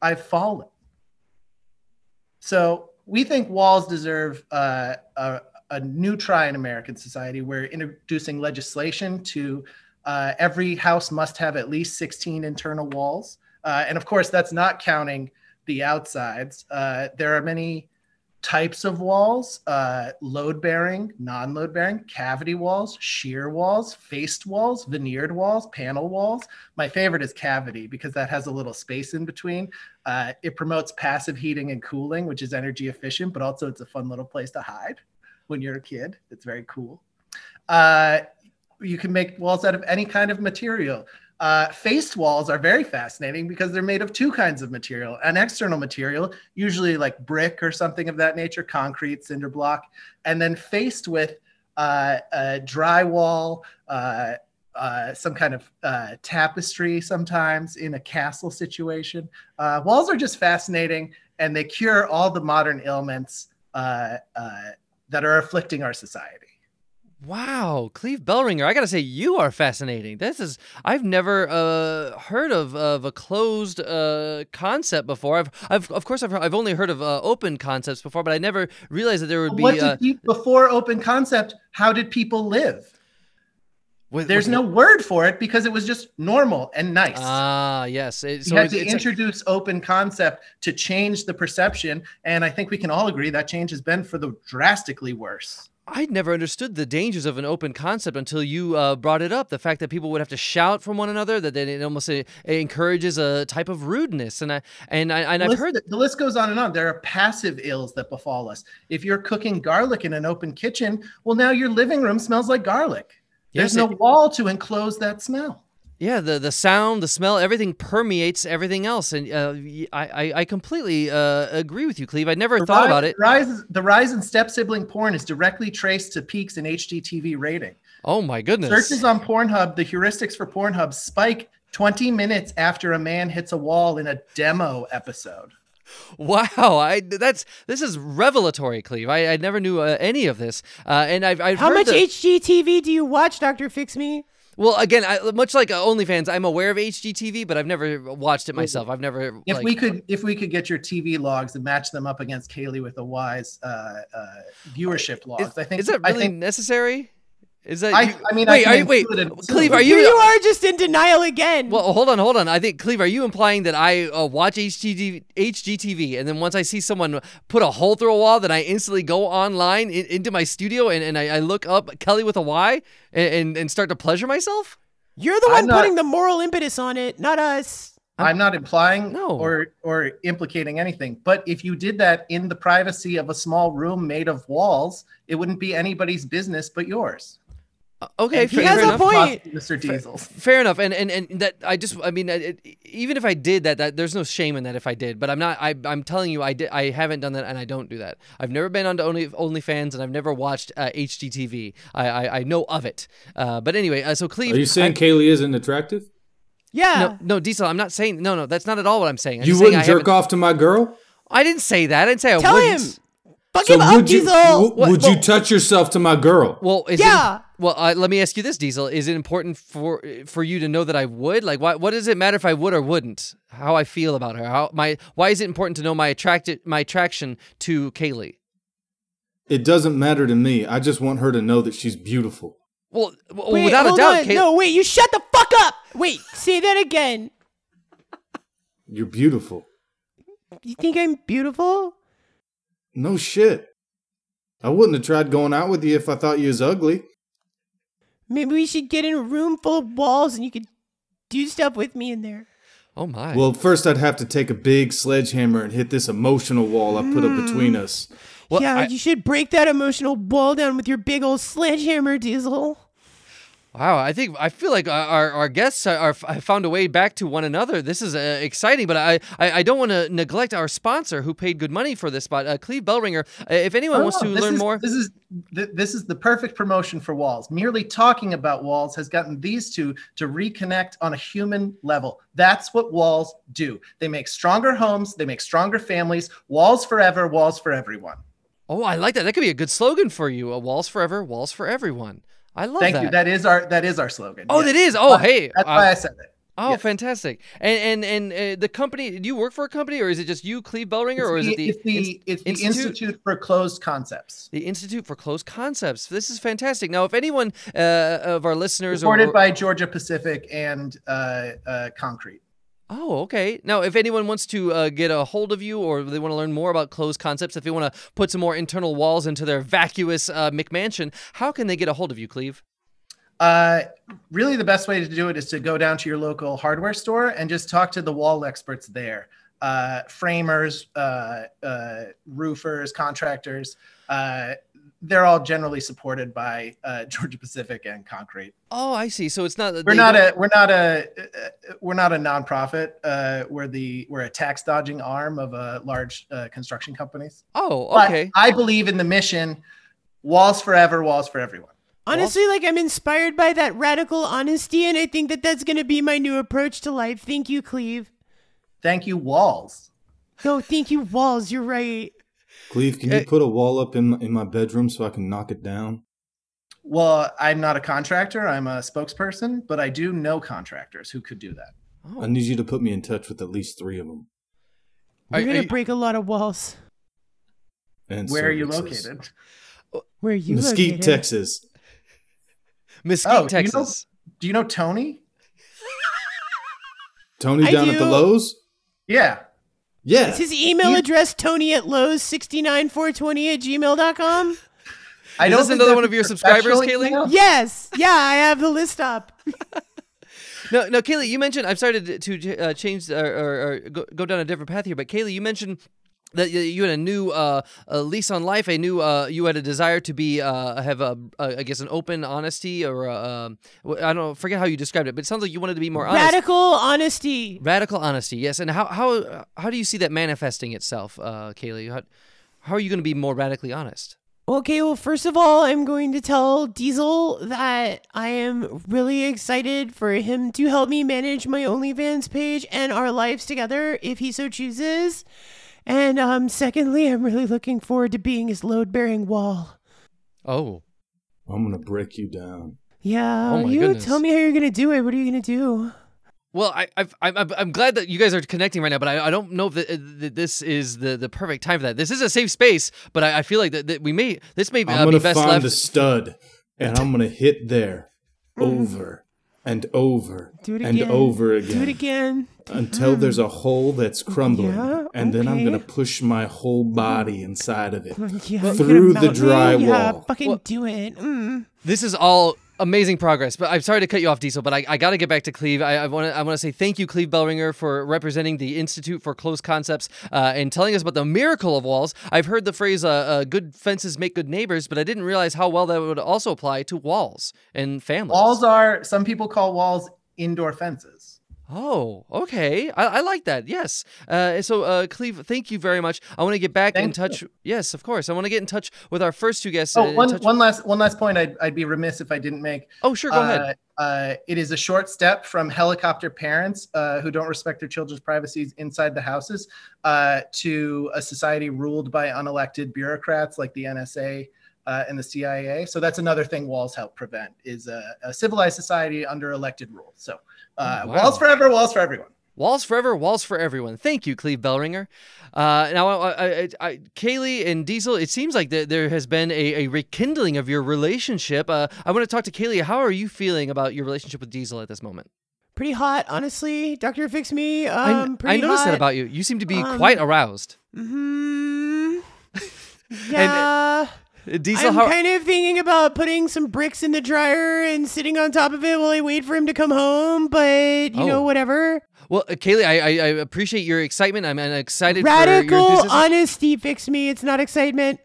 I've fallen. So we think walls deserve uh, a, a new try in American society. We're introducing legislation to uh, every house must have at least 16 internal walls. Uh, and of course, that's not counting the outsides. Uh, there are many types of walls uh, load bearing, non load bearing, cavity walls, shear walls, faced walls, veneered walls, panel walls. My favorite is cavity because that has a little space in between. Uh, it promotes passive heating and cooling, which is energy efficient, but also it's a fun little place to hide when you're a kid. It's very cool. Uh, you can make walls out of any kind of material. Uh, faced walls are very fascinating because they're made of two kinds of material an external material, usually like brick or something of that nature, concrete, cinder block, and then faced with uh, a drywall, uh, uh, some kind of uh, tapestry sometimes in a castle situation. Uh, walls are just fascinating and they cure all the modern ailments uh, uh, that are afflicting our society.
Wow, Cleve Bellringer, I gotta say you are fascinating. This is I've never uh, heard of of a closed uh, concept before. I've, I've of course I've, I've only heard of uh, open concepts before, but I never realized that there would be.
what did
uh,
peop- before open concept how did people live
wa-
there's
was
no
it-
word for it because it was just normal and nice
Ah, yes. It,
you
so
had
it's,
to
it's like-
introduce open concept to change the perception and i think we can all agree that change has been for the drastically worse
I'd never understood the dangers of an open concept until you uh, brought it up. The fact that people would have to shout from one another, that it almost uh, encourages a type of rudeness, and I and I and I've
List-
heard that.
the list goes on and on there are passive ills that befall us if you're cooking garlic in an open kitchen well now your living room smells like garlic
Yes,
there's no
it-
wall to enclose that smell
Yeah, the the sound, the smell, everything permeates everything else, and uh, y- I, I I completely uh, agree with you, Cleve. I never thought
rise,
about it.
Rise, the rise in step sibling porn is directly traced to peaks in HGTV rating.
Oh my goodness!
Searches on Pornhub, the heuristics for Pornhub spike 20 minutes after a man hits a wall in a demo episode.
<laughs> Wow, I that's this is revelatory, Cleve. I, I never knew uh, any of this, uh, and I've, I've
How
heard
much
the-
HGTV do you watch, Doctor Fix Me?
well again, I, much like uh, OnlyFans, I'm aware of HGTV, but I've never watched it myself. I've never
Oh, If
like,
we could, if we could get your TV logs and match them up against Kaylee with a wise uh, uh, viewership logs,
is,
I think
is that
I
really
think
necessary? Is that
I-
you-
I mean, I
wait,
can
are you, wait,
include it in-
Cleve, are
Here
you?
you are, just in denial again.
Well, hold on, hold on. I think Cleve, are you implying that I uh, watch HGTV, HGTV, and then once I see someone put a hole through a wall, then I instantly go online in, into my studio and, and I, I look up Kelly with a Y and, and, and start to pleasure myself?
You're the
I'm
one
not-
putting the moral impetus on it, not us.
I'm not implying
No.
or or implicating anything, but if you did that in the privacy of a small room made of walls, it wouldn't be anybody's business but yours.
Uh, Okay,
And
fair,
he
has
fair
a
enough.
point.
Mr. Diesel.
Fair enough, and and and that I just I mean I- it, even if I did that, that there's no shame in that if I did, but I'm not I I'm telling you I did I haven't done that and I don't do that. I've never been onto Only OnlyFans and I've never watched uh, HGTV. I, I I know of it, uh, but anyway. Uh, so Cleve,
Are you saying Kaylee isn't attractive?
Yeah.
No, no, Diesel. I'm not saying. No, no, that's not at all what I'm saying. I'm
You
just saying
wouldn't
I
jerk
haven't-
off to my girl?
I didn't say that. I didn't say I
Tell
wouldn't.
him. Fuck
So
him up,
would you,
Diesel.
w-
What-
would you
well-
touch yourself to my girl?
Well, is
Yeah.
It, well, uh, let me ask you this, Diesel. Is it important for for you to know that I would? Like, why, what does it matter if I would or wouldn't? How I feel about her? How my? Why is it important to know my attracted my attraction to Kaylee?
It doesn't matter to me. I just want her to know that she's beautiful.
Well, w-
Wait,
without a
hold
doubt,
on.
Kay-
No, wait, you shut the fuck up. Wait, say that again.
You're beautiful.
You think I'm beautiful?
No shit. I wouldn't have tried going out with you if I thought you was ugly.
Maybe we should get in a room full of walls and you could do stuff with me in there.
Oh my.
Well, first I'd have to take a big sledgehammer and hit this emotional wall I put up between
Mm.
us.
Well,
yeah,
I-
you should break that emotional wall down with your big old sledgehammer, Diesel.
wow. I think I feel like our our- our guests are, are have found a way back to one another. This is uh, exciting, but I I, I don't want to neglect our sponsor who paid good money for this spot, uh, Cleve Bellringer. Uh, if anyone wants
Oh,
to
this
learn
is-
more,
This is th- this is the perfect promotion for walls. Merely talking about walls has gotten these two to reconnect on a human level. That's what walls do. They make stronger homes. They make stronger families. Walls forever. Walls for everyone.
oh, I like that. That could be a good slogan for you. A walls forever, walls for everyone. I love
Thank
that.
you. That is our that is our slogan.
oh,
Yes.
that is. Oh, hey.
That's
uh,
why I said it.
oh,
yes.
fantastic. And and and uh, the company. Do you work for a company, or is it just you, Cleve Bellringer, or is it the
it's the,
Inst-
it's the
Institute?
Institute? for Closed Concepts,
the Institute for Closed Concepts? This is fantastic. Now, if anyone uh, of our listeners or,
supported
or-
by Georgia Pacific and uh, uh, Concrete.
Oh, okay. Now, if anyone wants to uh, get a hold of you or they want to learn more about closed concepts, if they want to put some more internal walls into their vacuous uh, McMansion, how can they get a hold of you, Cleve?
Uh, really, the best way to do it is to go down to your local hardware store and just talk to the wall experts there. Uh, framers, uh, uh, roofers, contractors. Uh, they're all generally supported by uh, <laughs> Georgia Pacific and Concrete.
Oh, I see. So it's not.
We're not a we're not a uh, we're not a nonprofit. Uh, we're the we're a tax dodging arm of a large uh, construction companies.
Oh,
But
okay.
I believe in the mission: walls forever, walls for everyone.
Honestly, like I'm inspired by that radical honesty, and I think that that's going to be my new approach to life. Thank you, Cleve.
Thank you, walls.
No, thank you, Walls. You're right.
Cleve, can
Eh.
you put a wall up in my, in my bedroom so I can knock it down?
Well, I'm not a contractor. I'm a spokesperson, but I do know contractors who could do that.
Oh.
I need you to put me in touch with at least three of them.
Are-
You're going
are
to
you-
break a lot of walls.
And
Where are you
services.
located?
Where are you
Mesquite,
located?
Texas.
Mesquite,
Oh, do you know-
Texas.
Do you know Tony?
Tony
I
down at the
do-
Lowe's?
Yeah.
Yeah.
Is his e- email
You-
address Tony at Lowe's 69420 at gmail.com?
I
Is
don't
this
think
another
that's
one
a
of your subscribers,
professional
Kaylee?
email.
Yes. Yeah, I have the list up.
No, no, Kaylee, you mentioned. I'm sorry to, to uh, change or, or, or go, go down a different path here, but Kaylee, you mentioned that y- you had a new uh, uh, lease on life. A new uh, you had a desire to be uh, have a, a I guess an open honesty or I um, w- I don't forget how you described it, but it sounds like you wanted to be more honest.
Radical honesty.
Radical honesty, yes. And how how uh, how do you see that manifesting itself, uh, Kaylee? How, how are you going to be more radically honest?
Okay, well, first of all, I'm going to tell Diesel that I am really excited for him to help me manage my OnlyFans page and our lives together if he so chooses. And um, secondly, I'm really looking forward to being his load bearing wall.
Oh,
I'm going to break you down.
Yeah,
Oh my
you
goodness.
tell me how you're going to do it. What are you going to do?
Well, I, I've, I'm, I'm- I'm glad that you guys are connecting right now, but I, I don't know if th th this is the, the perfect time for that. This is a safe space, but I, I feel like that, that we may this may
I'm
uh, be
going to
best
find
left.
the stud and I'm going to hit there over and over
Mm. Do it
and
again.
over again.
Do it again.
Until there's a hole that's crumbling.
Yeah,
and then I'm
okay.
going to push my whole body inside of it.
<laughs> Yeah, you're
Through
gonna
the
mount me? Yeah,
drywall.
fucking
Well-
do it. Mm.
This is all amazing progress, but I'm sorry to cut you off, Diesel. But I, I got to get back to Cleve. I want to I want to say thank you, Cleve Bellringer, for representing the Institute for Closed Concepts uh, and telling us about the miracle of walls. I've heard the phrase uh, uh, "good fences make good neighbors," but I didn't realize how well that would also apply to walls and families.
Walls are some people call walls indoor fences.
Oh, okay. I, I like that. Yes. Uh, so, uh, Cleve, thank you very much. I want to get back in
Thank
touch. Yes, of course. I want to get in touch with our first two guests. uh,
Oh,
in
one,
touch-
one last one last point. I'd, I'd be remiss if I didn't make.
Oh, sure. Go ahead.
Uh, uh, it is a short step from helicopter parents uh, who don't respect their children's privacies inside the houses uh, to a society ruled by unelected bureaucrats like the NSA uh, and the CIA. So that's another thing walls help prevent is a, a civilized society under elected rule. So uh,
Oh, wow.
walls forever, walls for everyone.
Walls forever, walls for everyone. Thank you, Cleve Bellringer. Uh, now, I, I, I- I, Kaylee and Diesel, it seems like there there has been a, a rekindling of your relationship. Uh, I want to talk to Kaylee. How are you feeling about your relationship with Diesel at this moment?
Pretty hot, honestly. Doctor, fix me.
I-
Um,
I,
pretty
noticed
hot.
that about you. You seem to be <laughs>
Um,
quite aroused.
Hmm. Yeah.
Diesel,
I'm
uh, how,
kind of thinking about putting some bricks in the dryer and sitting on top of it while I wait for him to come home, but you know,
Oh.
whatever.
well, uh, Kaylee, I, I, I appreciate your excitement. I'm, I'm excited for your
Radical
enthusiasm.
honesty fix me. It's not excitement.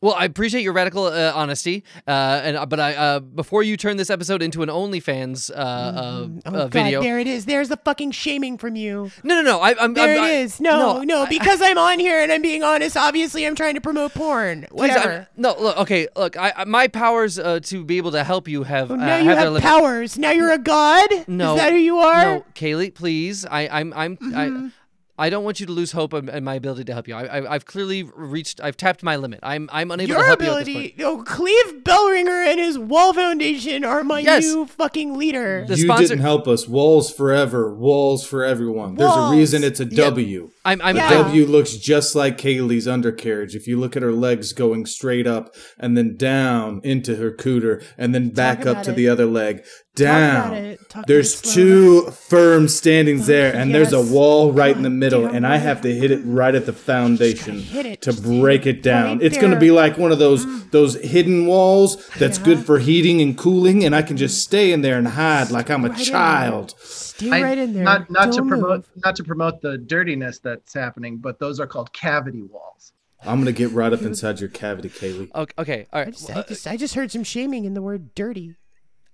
Well, I appreciate your radical uh, honesty, uh, and but I uh, before you turn this episode into an OnlyFans uh, uh, uh,
Oh, God,
video.
there it is. There's the fucking shaming from you.
No, no, no. I, I'm,
There
I'm,
it is. No, no,
I- <laughs>
because I, am on here and I'm being honest. Obviously, I'm trying to promote porn.
Please, I'm-
Whatever.
no, look. Okay, look. I, I my powers uh, to be able to help you have.
Well,
uh,
now Oh, you
have their
have
limit.
powers. Now you're a god.
No,
is that who you are? Mm-hmm.
No, Kaylee, please. I, I'm, I'm, I, I don't want you to lose hope in, in my ability to help you. I, I, I've clearly reached. I've tapped my limit. I'm, I'm unable to
Your
help you at this
ability.
point.
Oh, Cleve Bellringer and his Wall Foundation are my
Yes.
new fucking leader.
The
you
sponsor-
didn't help us. Walls forever. Walls for everyone. There's a
Walls.
reason it's a W.
I'm, I'm.
Yeah.
I'm-
W looks just like Kaylee's undercarriage. If you look at her legs going straight up and then down into her cooter and then back
about
up to
it.
the other leg,
about
down.
it. Talk about
there's
it slow.
two firm standings there, and there's
yes.
a wall right in the
God
middle,
damn
and I
right.
have to hit it right at the foundation
hit it.
to
Just hit
break
it
it down.
right
it's going
there.
to
Mm.
be like one of those those hidden walls that's good for heating and cooling, and I can just stay in there and hide like I'm a
Right in there.
child.
Stay
I-
right in there.
Not, not to
Don't
promote
move.
not to promote the dirtiness that's happening, but those are called cavity walls.
I'm going to get right up inside your cavity, Kaylee.
Okay, okay, all
I
right.
just, I, just, I just heard some shaming in the word dirty.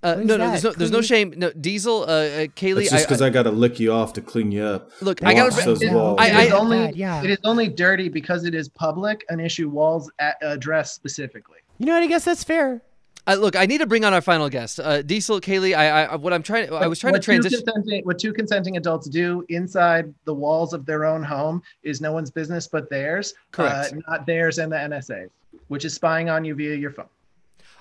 Uh,
What
no,
is
no, there's
that?
no, there's no
Clean-
shame. No, Diesel, uh, uh, Kaylee,
It's just because
I,
I, got to lick you off to clean you up.
Look, I gotta-
Watch those
It-
walls.
I-
it is
I-
only
Bad, yeah.
it is only dirty because it is public, an issue walls at, address specifically.
You know what? I guess that's fair.
I, I- look, I need to bring on our final guest, uh, Diesel, Kaylee. I, I, what I'm trying, I was trying to
what two
transition.
consenting- what two consenting adults do inside the walls of their own home is no one's business but theirs.
Correct.
Uh, not theirs and the NSA, which is spying on you via your phone.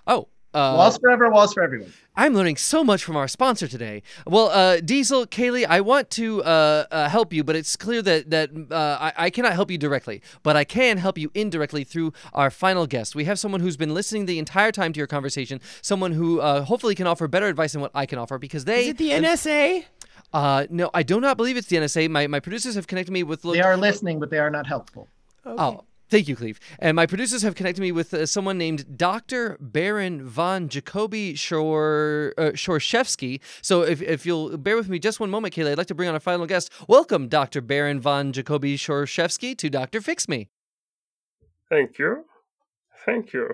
Oh, uh,
walls forever, walls for everyone.
I'm learning so much from our sponsor today. Well, uh, Diesel, Kaylee, I want to uh, uh, help you, but it's clear that that uh, I, I cannot help you directly, but I can help you indirectly through our final guest. We have someone who's been listening the entire time to your conversation, someone who uh, hopefully can offer better advice than what I can offer because they.
Is it the NSA?
uh, no, I do not believe it's the NSA. My my producers have connected me with.
They are listening, but they are not helpful.
Oh, thank you, Cleve. And my producers have connected me with uh, someone named Dr. Baron von Jacoby Shor- uh, Shorshevsky. So if, if you'll bear with me just one moment, Kayla, I'd like to bring on our final guest. Welcome, Dr. Baron von Jacoby Shorshevsky to Dr. Fix Me.
Thank you. Thank you.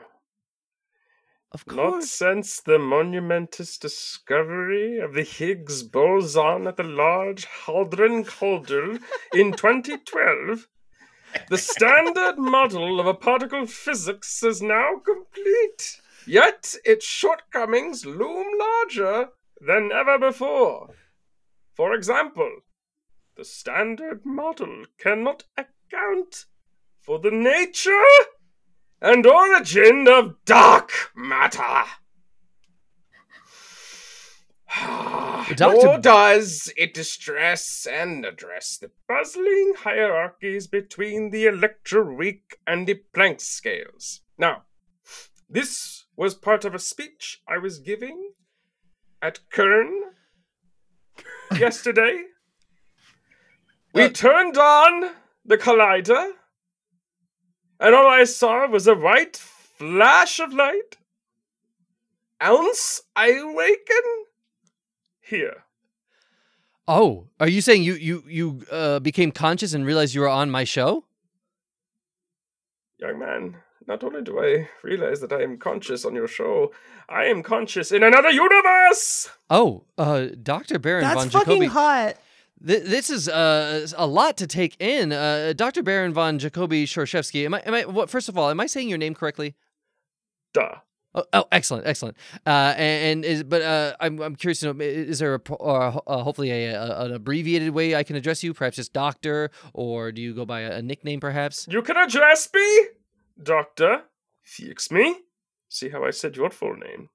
Of
Not
course.
since the monumentous discovery of the Higgs boson at the Large Hadron Collider
<laughs>
in 2012, the standard model of a particle physics is now complete. Yet its shortcomings loom larger than ever before. For example, the standard model cannot account for the nature and origin of dark matter. <sighs>
Doctor-
Nor does it distress and address the puzzling hierarchies between the electroweak and the Planck scales. Now, this was part of a speech I was giving at Kern yesterday. We
Uh,
turned on the collider, and all I saw was a white flash of light. Ounce I awaken here.
Oh, are you saying you you you uh, became conscious and realized you were on my show?
Young man, not only do I realize that I am conscious on your show, I am conscious in another universe!
Oh, uh, Dr. Baron
That's
von
fucking
Jacoby.
hot.
Th- this is uh, a lot to take in. Uh, Dr. Baron von Jacoby Shorshevsky. Am I? Am I? What? First of all, am I saying your name correctly?
Duh.
Oh, oh excellent, excellent. Uh, and, and is but uh, I'm I'm curious to know i- is there a pro- or a ho- uh, hopefully a, a an abbreviated way I can address you? Perhaps just Doctor, or do you go by a, a nickname? Perhaps.
You can address me, Doctor. Fix me. See how I said your full name.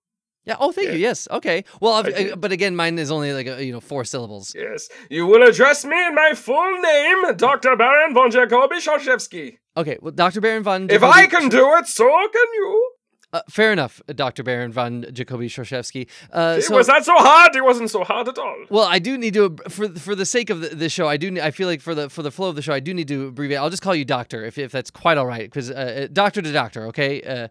Yeah. Oh, thank
Yeah.
you. Yes. Okay. Well, I've,
I do.
uh, but again, mine is only like uh you know four syllables.
Yes, you will address me in my full name, Dr. Baron von Jacobi Shashevsky.
Okay. Well, Doctor Baron von.
If
Jacoby-
I can do it, so can you.
Uh, fair enough, Dr. Baron von Jacobi Shorshevsky. Uh,
It
so-
was not so hard. It wasn't so hard at all.
Well, I do need to for for the sake of the, the show. I do. ne- I feel like for the for the flow of the show, I do need to abbreviate. I'll just call you Doctor if if that's quite all right, because uh, uh, Doctor to Doctor, okay. Uh,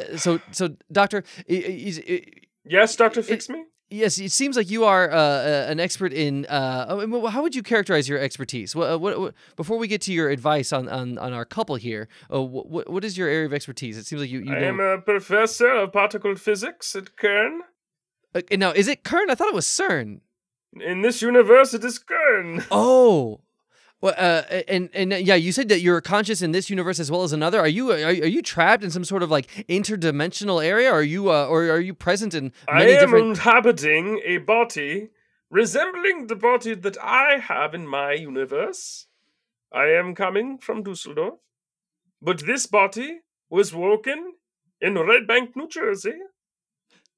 uh, so so Doctor, i- i- is- i-
Yes, Doctor, fix me.
yes, it seems like you are uh, uh, an expert in. Uh, oh, and wh- how would you characterize your expertise? What, uh, what, what before we get to your advice on on, on our couple here, uh, what what is your area of expertise? It seems like you you
I
know.
am a professor of particle physics at Kern.
Uh, now is it Kern? I thought it was CERN.
In this universe, it is Kern.
Oh, well, uh, and and uh, yeah, you said that you're conscious in this universe as well as another. Are you are, are you trapped in some sort of like interdimensional area? Are you uh, or are you present in <laughs>
I
many
am
different?
inhabiting a body resembling the body that I have in my universe. I am coming from Dusseldorf, but this body was woken in Red Bank, New Jersey.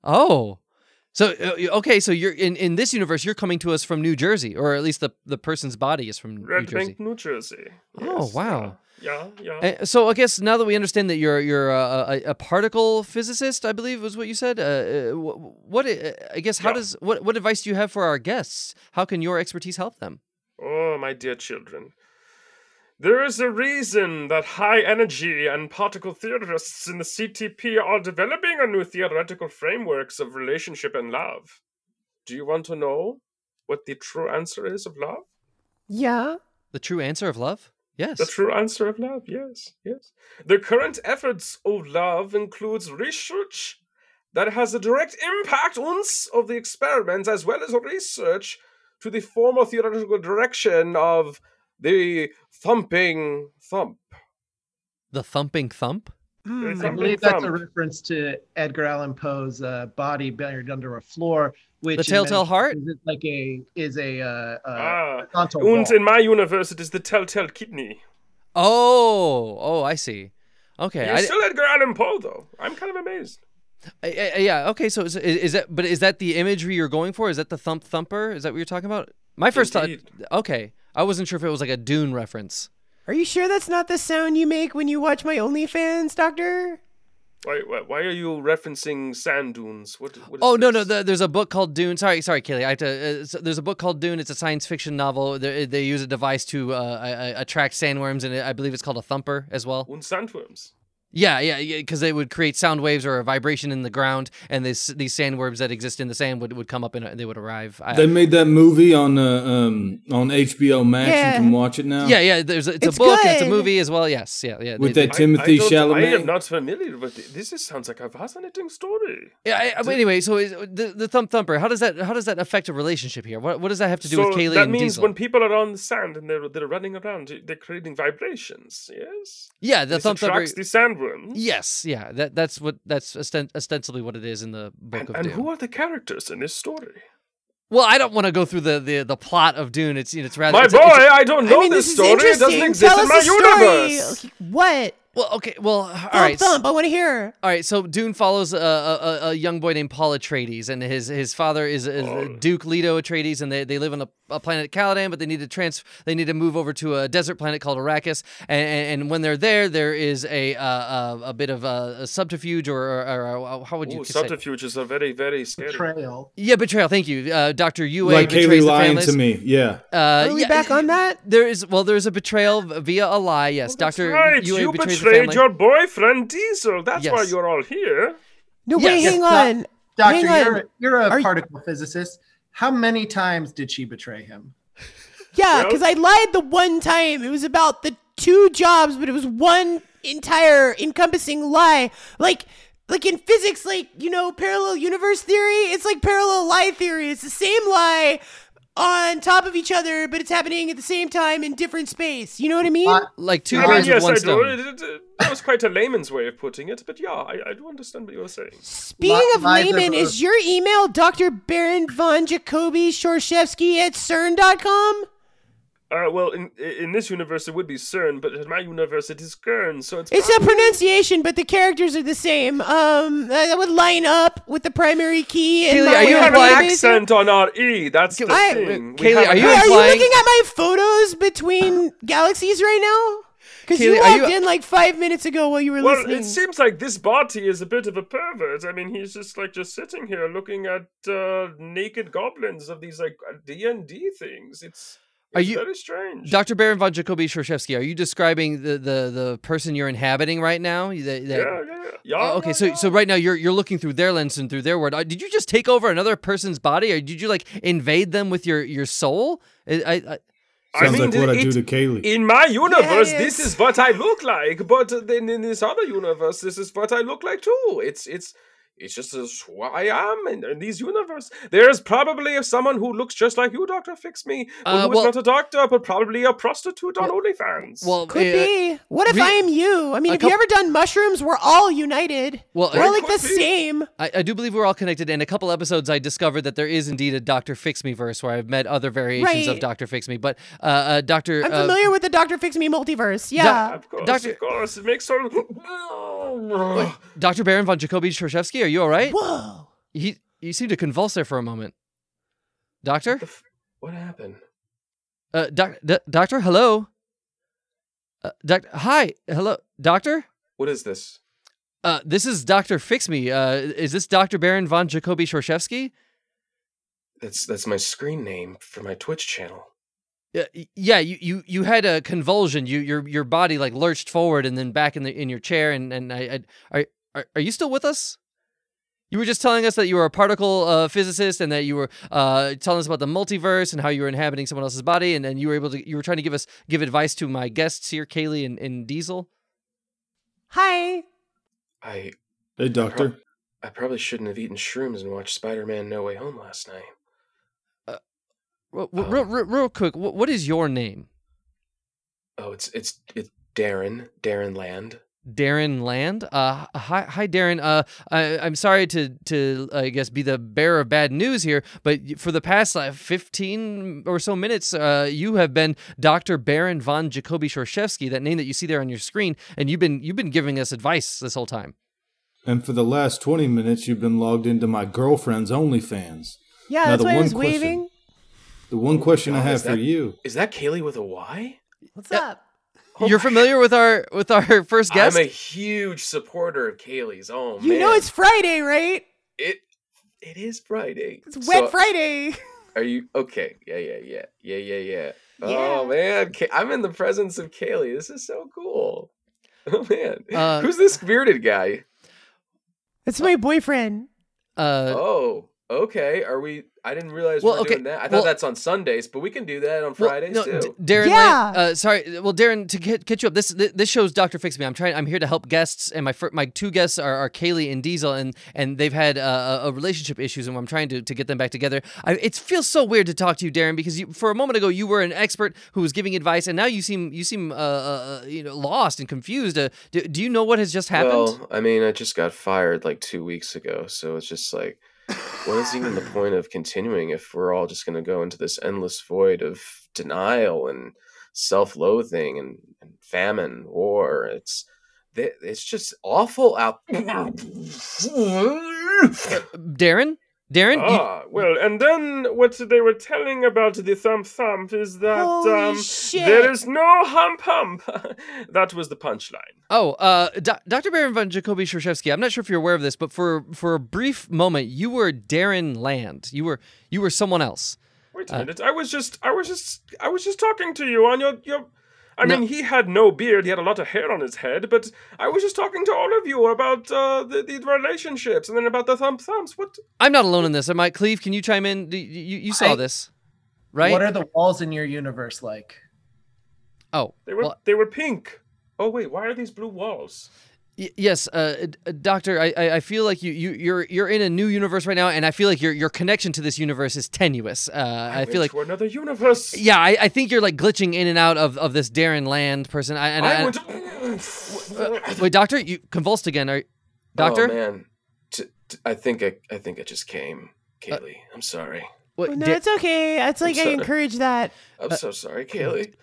Oh, so uh, y- okay, so you're in in this universe. You're coming to us from New Jersey, or at least the the person's body is from
Red
New Jersey.
Bank, New Jersey.
Oh, wow.
Yeah, yeah. yeah.
And so I guess now that we understand that you're you're uh, a, a, a particle physicist, I believe was what you said. Uh, uh, wh- what uh, I guess how
Yeah.
does what what advice do you have for our guests? How can your expertise help them?
Oh, my dear children. There is a reason that high energy and particle theorists in the CTP are developing a new theoretical frameworks of relationship and love. Do you want to know what the true answer is of love?
Yeah.
The true answer of love? Yes.
The true answer of love, yes, yes. The current efforts of love includes research that has a direct impact uns of the experiments as well as research to the formal theoretical direction of the thumping thump.
The thumping thump?
Mm.
Hmm, I
Something
believe that's a
from-
reference to Edgar Allan Poe's uh, body buried under a floor, which
The
in many
Telltale Heart?
cases is like a is a uh, uh,
ah.
horizontal
Und
wall.
in my universe, it is the telltale kidney.
Oh, oh, I see. Okay,
You're
I,
still Edgar Allan Poe, though. I'm kind of amazed.
I, I- yeah. Okay, so is, is that? But is that the imagery you're going for? Is that the thump thumper? Is that what you're talking about? My first
Indeed.
thought. Okay, I wasn't sure if it was like a Dune reference.
Are you sure that's not the sound you make when you watch my OnlyFans, Doctor?
Why, why, why are you referencing sand dunes? What, what is
Oh no, no.
this?
The, there's a book called Dune. Sorry, sorry, Kaylee. I have to. Uh, so there's a book called Dune. It's a science fiction novel. They, they use a device to uh, uh, attract sandworms, and I believe it's called a thumper as well.
Und sandworms.
Yeah, yeah, yeah, because they would create sound waves or a vibration in the ground, and this, these sandworms that exist in the sand would, would come up and uh, they would arrive. I,
They made that movie on uh, um, on HBO Max.
Yeah.
You can watch it now.
yeah, yeah. There's a, it's,
It's
a book, it's a
good.
movie as well. Yes, yeah, yeah.
With
they-
that Timothy
I don't- I am
Chalamet.
not familiar with it. This is, sounds like a fascinating story.
yeah. I, but anyway, so is, the the thump thumper. How does that how does that affect a relationship here? What what does that have to do
so
with Kaylee
that
and
means
Diesel?
when people are on the sand and they're they're running around, they're creating vibrations. Yes,
yeah, the
this
thump thumper.
attracts the sandworms.
Yes, yeah. That that's what that's osten- ostensibly what it is in the book
And,
of
and
Dune.
who are the characters in this story?
well, I don't want to go through the, the the plot of Dune. It's you know, it's rather
My
it's
boy,
a- it's a-
I don't know
I mean,
this,
this, is
story. It
interesting.
doesn't exist
Tell
in my
us a
universe.
story. What?
well, okay, well, all right.
Thump, thump. I want to hear.
All right, so Dune follows a, a, a- a young boy named Paul Atreides, and his his father is, is
Paul.
Duke Leto Atreides, and they, they live on a, a planet Caladan, but they need to trans they need to move over to a desert planet called Arrakis, and, and, and when they're there, there is a uh, uh, a bit of a, a subterfuge or, or, or, uh, how would you
Ooh,
say?
subterfuges are very, very scary.
Trail.
Yeah, betrayal. Thank you, uh, Doctor Yue
Like
betrays
Kaylee
the
lying
families.
to me. Yeah.
Uh,
Are we
yeah,
back on that?
There is well, there is a betrayal via a lie. Yes, Doctor
Oh, Right,
Yue
you
betrays the family.
betrayed your boyfriend Diesel. That's why
Yes.
you're all here.
No,
Yes.
wait,
Yes,
hang
doc-
on.
Doctor,
Hang on.
you're you're a
Are you-
particle physicist. How many times did she betray him?
Yeah,
Well-
because I lied the one time. It was about the two jobs, but it was one entire encompassing lie. Like, like in physics, like you know, parallel universe theory. It's like parallel lie theory. It's the same lie on top of each other, but it's happening at the same time in different space. You know what I mean?
Lie-
like two
I
I mean,
birds with
yes,
one
I do.
stone.
It- it- it- That was quite a layman's way of putting it, but yeah, I, I do understand what you were saying.
Speaking
Li-
of
lies
layman,
are-
is your email Dr. Baron von Jacoby Shorshevsky at CERN.com?
Uh, well, in in this universe it would be CERN, but in my universe it is Kern, so it's
It's a pronunciation, but the characters are the same. Um, that would line up with the primary key. and
Keely,
my
are you
We
way of
have an
implying-
database.
accent on our E. That's the
I-
thing. We
uh, Kaylee,
have
are
an
you
Wait, are
accent.
you
implying-
looking at my photos between galaxies right now? Because
Keely,
you
are
walked
you-
in like five minutes ago while you were
Well,
listening.
it seems like this Barty is a bit of a pervert. I mean, he's just like just sitting here looking at uh, naked goblins of these like uh, D and D things. It's
Are
it's
you-
very strange.
Dr. Baron von Jacobi Shorshevsky, are you describing the, the, the person you're inhabiting right now? You- that- that-
yeah, yeah, yeah. yeah.
Oh, okay,
yeah,
so
yeah.
so right now you're you're looking through their lens and through their word. Uh, Did you just take over another person's body, or did you like invade them with your your soul? I, I, I,
I
Sounds
mean,
like what I
it-
do to Kaylee.
in my universe,
Yeah,
this
yes.
is what I look like. But then in this other universe, this is what I look like too. It's it's it's just as who I am in, in these universe. There is probably someone who looks just like you, Doctor Fix Me, but
Uh,
who is
well-
not a doctor, but probably a prostitute on
Well-
OnlyFans.
well,
Could
uh,
be. What if
re-
I am you? I mean,
a
have you
couple-
ever done mushrooms? We're all united.
Well,
we're
uh,
like the
Could be.
same.
I, I do believe we're all connected. In a couple episodes, I discovered that there is indeed a Doctor Fix Me verse where I've met other variations of
Right.
Doctor Fix Me. But uh, uh, Doctor,
I'm
um,
uh,
familiar with the Doctor Fix Me multiverse. Yeah.
of course,
Doctor-
of course, it makes sort <sighs> of.
Dr. Baron von Jacobi Shorshevsky, are you all right?
Whoa.
He you seem to convulse there for a moment. Doctor,
What happened?
uh, doc, d- doctor, hello. Uh, doc, hi, hello, doctor.
What is this?
Uh, this is Doctor Fix Me. Uh, is this Doctor Baron von Jacobi Shorshevsky?
That's that's my screen name for my Twitch channel.
Uh, y- yeah, you, you, you had a convulsion. You your your body like lurched forward and then back in the in your chair. And and I, I are, are are you still with us? You were just telling us that you were a particle uh, physicist and that you were uh, telling us about the multiverse and how you were inhabiting someone else's body. And then you were able to you were trying to give us give advice to my guests here, Kaylee and, and Diesel.
Hi.
I
Hey, doctor.
I probably shouldn't have eaten shrooms and watched Spider-Man: No Way Home last night.
Real, real, real, real quick, wh- what is your name?
Oh, it's it's it's Darren, Darren Land.
Darren Land. Uh, hi, hi, Darren. Uh, I, I'm sorry to to I guess be the bearer of bad news here, but y- for the past uh, 15 or so minutes, uh, you have been Dr. Baron von Jacobi Shorshevsky, that name that you see there on your screen, and you've been you've been giving us advice this whole time.
And for the last 20 minutes, you've been logged into my girlfriend's OnlyFans.
Yeah,
Now,
that's
the
why I
one
was
question-
waving.
The
Oh
one question I
God,
have
is
for
that-
you.
Is that Kaylee with a Y?
What's
Uh,
up?
Oh
You're
my-
familiar with our with our <laughs> first guest.
I'm a huge supporter of Kaylee's. Oh
You
man,
know it's Friday, right?
it. It is Friday.
It's Wet
So,
Friday.
Are you okay? Yeah, yeah, yeah, yeah, yeah, yeah.
Yeah.
Oh man, Ka- I'm in the presence of Kaylee. This is so cool. <laughs> Oh man,
Uh,
who's this bearded guy?
That's my boyfriend.
uh,
Oh, okay. Are we? I didn't realize
Well,
we were
okay,
doing that. I thought
well-
that's on Sundays, but we can do that on
Well,
Fridays
no,
too.
D- Darren.
Yeah.
Lan- uh, sorry. Well, Darren, to get, catch you up, this thi- this show's Doctor Fix Me. I'm trying. I'm here to help guests, and my fir- my two guests are, are Kaylee and Diesel, and and they've had uh, a relationship issues, and I'm trying to, to get them back together. I, it feels so weird to talk to you, Darren, because you, for a moment ago you were an expert who was giving advice, and now you seem you seem uh, uh, uh, you know lost and confused. Uh, do, do you know what has just happened?
Well, I mean, I just got fired like two weeks ago, so it's just like, what is even the point of continuing if we're all just going to go into this endless void of denial and self-loathing and, and famine, war? It's th- it's just awful out. <laughs>
Darren, Darren, you-
Ah, well, and then what they were telling about the thump thump is that
Holy
um,
shit.
there is no hump
<laughs>
hump. that was the punchline.
Oh, uh, Do- Dr. Baron von Jacobi Shorshevsky, I'm not sure if you're aware of this, but for for a brief moment, you were Darren Land. You were you were someone else.
Wait a
Uh,
minute. I was just, I was just, I was just talking to you on your, your. I
No.
mean, he had no beard. He had a lot of hair on his head, but I was just talking to all of you about uh, the, the relationships and then about the thump thumps. What?
I'm not alone in this. Am I, Cleve? Can you chime in? Do, you, you saw
I-
this, right?
What
What are the walls in your universe like?
oh,
They were,
well,
they were pink. Oh wait, why are these blue walls?
y- yes, uh, d- uh, Doctor. I, I I feel like you you you're you're in a new universe right now, and I feel like your your connection to this universe is tenuous. Uh, I
went
feel like.
to another universe.
Yeah, I, I think you're like glitching in and out of, of this Darren Land person. I, and I,
I went. To...
wait, Doctor, you convulsed again. Are, <laughs>
Oh
Doctor,
man, T- t- I think I, I think I just came, Kaylee.
Uh,
I'm sorry.
What-
Oh, no,
Da-
it's okay. It's like I
sorry.
encourage that.
I'm
uh,
so sorry, Kaylee.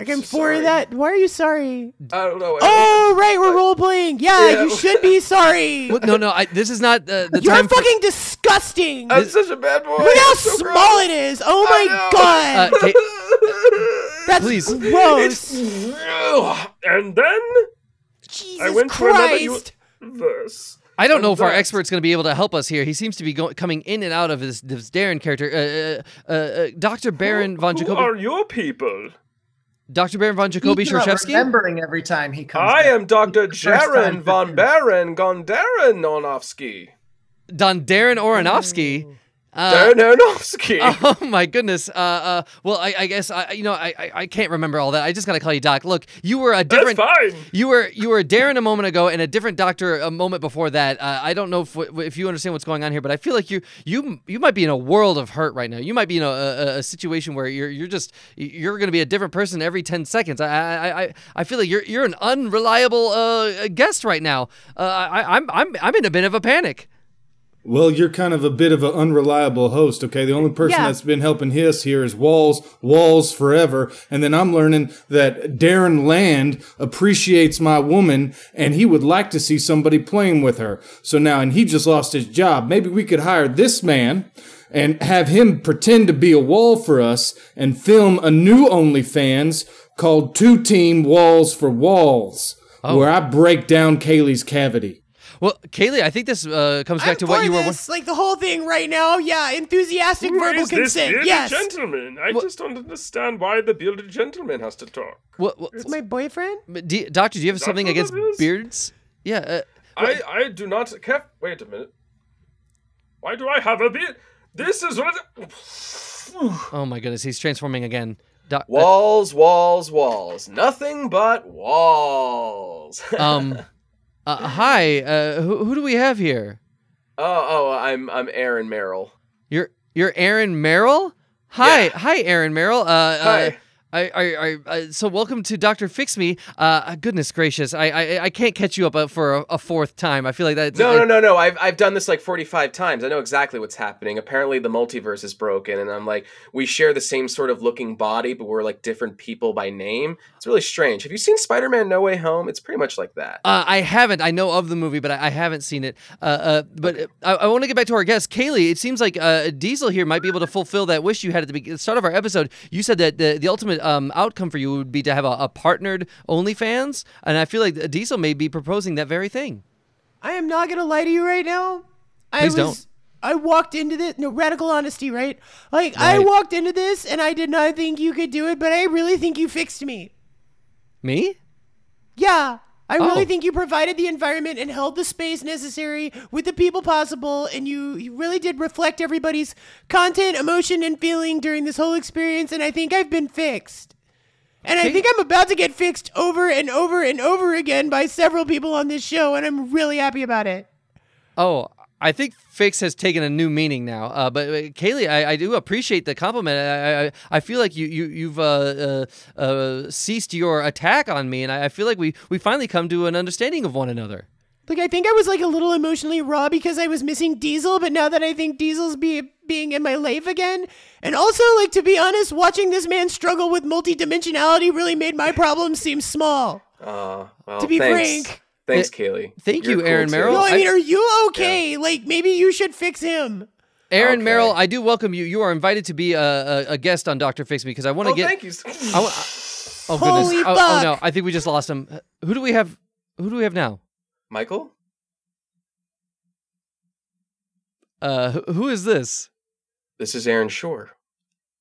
Like I'm
so
for
sorry.
that. Why are you sorry?
I don't know. I-
Oh, right, we're role playing. Yeah,
Yeah.
you should be
<laughs>
sorry.
Well, no, no, I, this is not uh, the
You're
time. for-
fucking disgusting.
I'm such a bad boy.
Look how
I'm so
small
<laughs>
gross.
it is. Oh my
<laughs>
know.
Uh,
god.
Kay-
That's
Please.
gross.
And then
Jesus
I went to another u-
Christ.
verse.
I don't know if our
Right.
expert's going to be able to help us here. He seems to be go- coming in and out of this, this Darren character. Uh, uh, uh, Dr. Baron von
Who
Jacobi.
are your people?
Dr. Baron von Jacobi
He's not
Shorchevsky?
Remembering every time he comes.
I
back.
am Dr.
It's the first time
Jaren
for
von
him.
Baron Gondaran Onovsky.
Don Darren
Oh.
Aronofsky? Uh,
Darren Aronofsky.
<laughs> Oh my goodness. Uh, uh, well, I, I guess I, you know I, I, I can't remember all that. I just gotta call you Doc. Look, you were a
That's
different.
fine.
You were you were Darren a moment ago and a different doctor a moment before that. Uh, I don't know if if you understand what's going on here, but I feel like you you you might be in a world of hurt right now. You might be in a, a, a situation where you're you're just you're going to be a different person every ten seconds. I I, I, I feel like you're you're an unreliable uh, guest right now. Uh, I, I'm I'm I'm in a bit of a panic.
Well, you're kind of a bit of an unreliable host, okay? The only person
Yeah.
that's been helping Hiss here is Walls, Walls forever. And then I'm learning that Darren Land appreciates my woman and he would like to see somebody playing with her. So now, and he just lost his job. Maybe we could hire this man and have him pretend to be a wall for us and film a new OnlyFans called Two Team Walls for Walls, where I break down Kaylee's cavity.
Well, Kaylee, I think this uh, comes back
I'm
to what
for
you were.
this, like the whole thing right now. Yeah, enthusiastic
Who
verbal
is this
consent.
bearded
yes.
gentleman? I just don't understand why the bearded gentleman has to talk.
What, what,
It's my boyfriend.
but do you- doctor, do you have something
what
against
that is?
beards? Yeah. Uh,
I, I do not. Kev, wait a minute. Why do I have a beard? This is what.
oh my goodness, he's transforming again. Doc, uh,
Walls, walls, walls. Nothing but
<laughs>
walls. uh,
um, uh, hi. Uh, who, who do we have here?
oh, I'm I'm Aaron Merrill.
You're you're Aaron Merrill. Hi,
Yeah.
hi, Aaron Merrill. Uh, Uh,
Hi.
I, I, I, uh, so welcome to Doctor Fix Me. Uh, Uh, goodness gracious, I, I, I can't catch you up uh, for a, a fourth time. I feel like that's
No,
I-
no, no, no. I've, I've done this like 45 times. I know exactly what's happening. Apparently, the multiverse is broken, and I'm like, we share the same sort of looking body, but we're like different people by name. It's really strange. Have you seen Spider Man No Way Home? It's pretty much like that.
Uh, I haven't. I know of the movie, but I, I haven't seen it. Uh, uh, but uh, I, I want to get back to our guest, Kaylee. It seems like uh, Diesel here might be able to fulfill that wish you had at the, be- the start of our episode. You said that the, the ultimate um, outcome for you would be to have a, a partnered OnlyFans, and I feel like Diesel may be proposing that very thing.
I am not gonna lie to you right now. I
Please
was,
don't.
I walked into this. No radical honesty, right? Like I
Right.
walked into this and I did not think you could do it, but I really think you fixed me.
Me?
Yeah. I really
Oh.
think you provided the environment and held the space necessary with the people possible, and you, you really did reflect everybody's content, emotion, and feeling during this whole experience. And I think I've been fixed. And I
Okay.
think I'm about to get fixed over and over and over again by several people on this show, and I'm really happy about it.
Oh, I think fix has taken a new meaning now. Uh, but uh, Kaylee, I, I do appreciate the compliment. I I, I- I feel like you you you've uh, uh, uh, ceased your attack on me, and I, I feel like we we finally come to an understanding of one another.
Like I think I was like a little emotionally raw because I was missing Diesel, but now that I think Diesel's be being in my life again, and also like to be honest, watching this man struggle with multidimensionality really made my problems seem small.
Uh, well,
To be
thanks.
frank-
Thanks,
Th-
Kaylee.
thank you,
cool,
Aaron
too.
Merrill.
no, I mean,
I-
are you okay? Like maybe you should fix him.
Aaron
Okay.
Merrill, I do welcome you. You are invited to be a, a, a guest on Doctor Fix Me because I want to
Oh,
get.
thank you.
I wa- oh goodness!
Holy
oh, oh
fuck.
no! I think we just lost him. Who do we have? Who do we have now?
Michael?
Uh, who, who is this?
This is
<laughs>
Aaron Shore.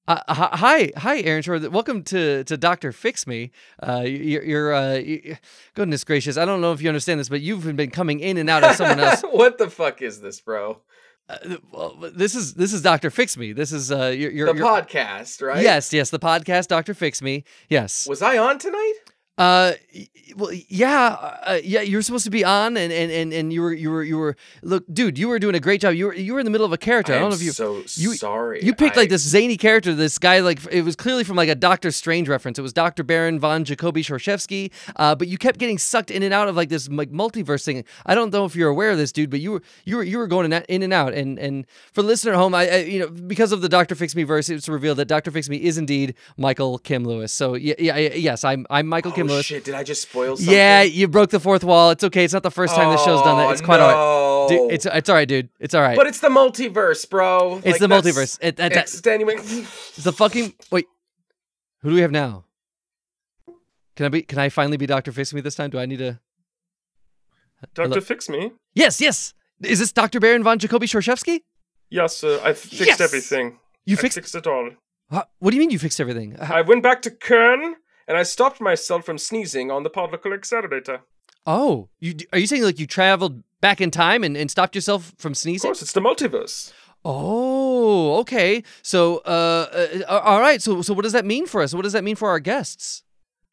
Uh, hi, hi- hi, Aaron Shore. Welcome to to Doctor Fix Me. Uh, you're, you're uh, y- goodness gracious. I don't know if you understand this, but you've been coming in and out of someone else.
<laughs> what the fuck is this, bro?
Uh, th- well, this is this is Doctor Fix Me. This is uh, you're, you're,
The
you're-
podcast, right?
Yes, yes, the podcast Doctor Fix Me. Yes.
Was I on tonight?
Uh, y- well, yeah, uh, yeah. You're supposed to be on, and and and and you were you were you were. Look, dude, you were doing a great job. You were you were in the middle of a character. I,
am
don't know if you.
so
you-
sorry.
you picked
I-
like this zany character, this guy. Like f- it was clearly from like a Doctor Strange reference. It was Doctor Baron von Jacobi Shorshevsky. Uh, but you kept getting sucked in and out of like this like multiverse thing. I don't know if you're aware of this, dude, but you were you were you were going in that- in and out. And and for the listener at home, I, I you know because of the Doctor Fix Me verse, it's revealed that Doctor Fix Me is indeed Michael Kim Lewis. So yeah, yeah, yeah yes, I'm I'm Michael Kim
Oh,
Lewis.
shit. Did I just spoil something?
Yeah, you broke the fourth wall. It's okay. It's not the first time this show's done that. It's quite all right.
all
Dude, it's it's all right, dude. It's all right.
Oh, But it's the multiverse, bro.
it's
Like,
the
that's
multiverse. It, that- that-
Extenuating.
the fucking wait. Who do we have now? Can I be? Can I finally be Doctor Fix Me this time? Do I need to?
Doctor,
Hello?
fix me.
Yes, yes. Is this Doctor Baron von Jacobi Shorshevsky?
Yes, uh, I fixed
Yes!
everything.
You
I
fixed?
fixed it all.
Huh? what do you mean you fixed everything? Uh,
I went back to Kern and I stopped myself from sneezing on the particle accelerator.
oh, you d- are you saying like you traveled back in time and, and stopped yourself from
Of
sneezing?
course, it's the multiverse.
Oh, okay. So, uh, uh, all right. So, so what does that mean for us? What does that mean for our guests?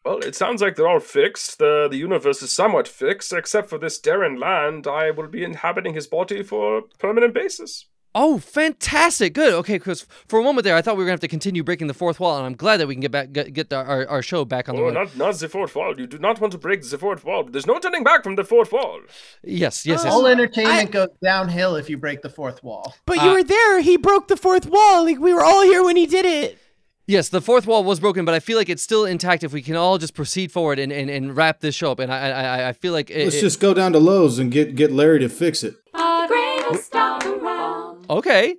Well, it sounds like they're all fixed. The the universe is somewhat fixed, except for this Darren Land. I will be inhabiting his body for a permanent basis.
Oh, fantastic! Good. Okay, Chris. For a moment there, I thought we were gonna have to continue breaking the fourth wall, and I'm glad that we can get back get, get our, our show back on the
Oh,
road.
not not the fourth wall. You do not want to break the fourth wall. There's no turning back from the fourth wall.
Yes, yes, yes.
All entertainment
I-
goes downhill if you break the fourth wall.
But you
Uh,
were there. He broke the fourth wall. Like we were all here when he did it.
Yes, the fourth wall was broken, but I feel like it's still intact if we can all just proceed forward and, and, and wrap this show up. And I I, I- I feel like it,
Let's
it-
just go down to Lowe's and get get Larry to fix it.
A great stop around.
okay.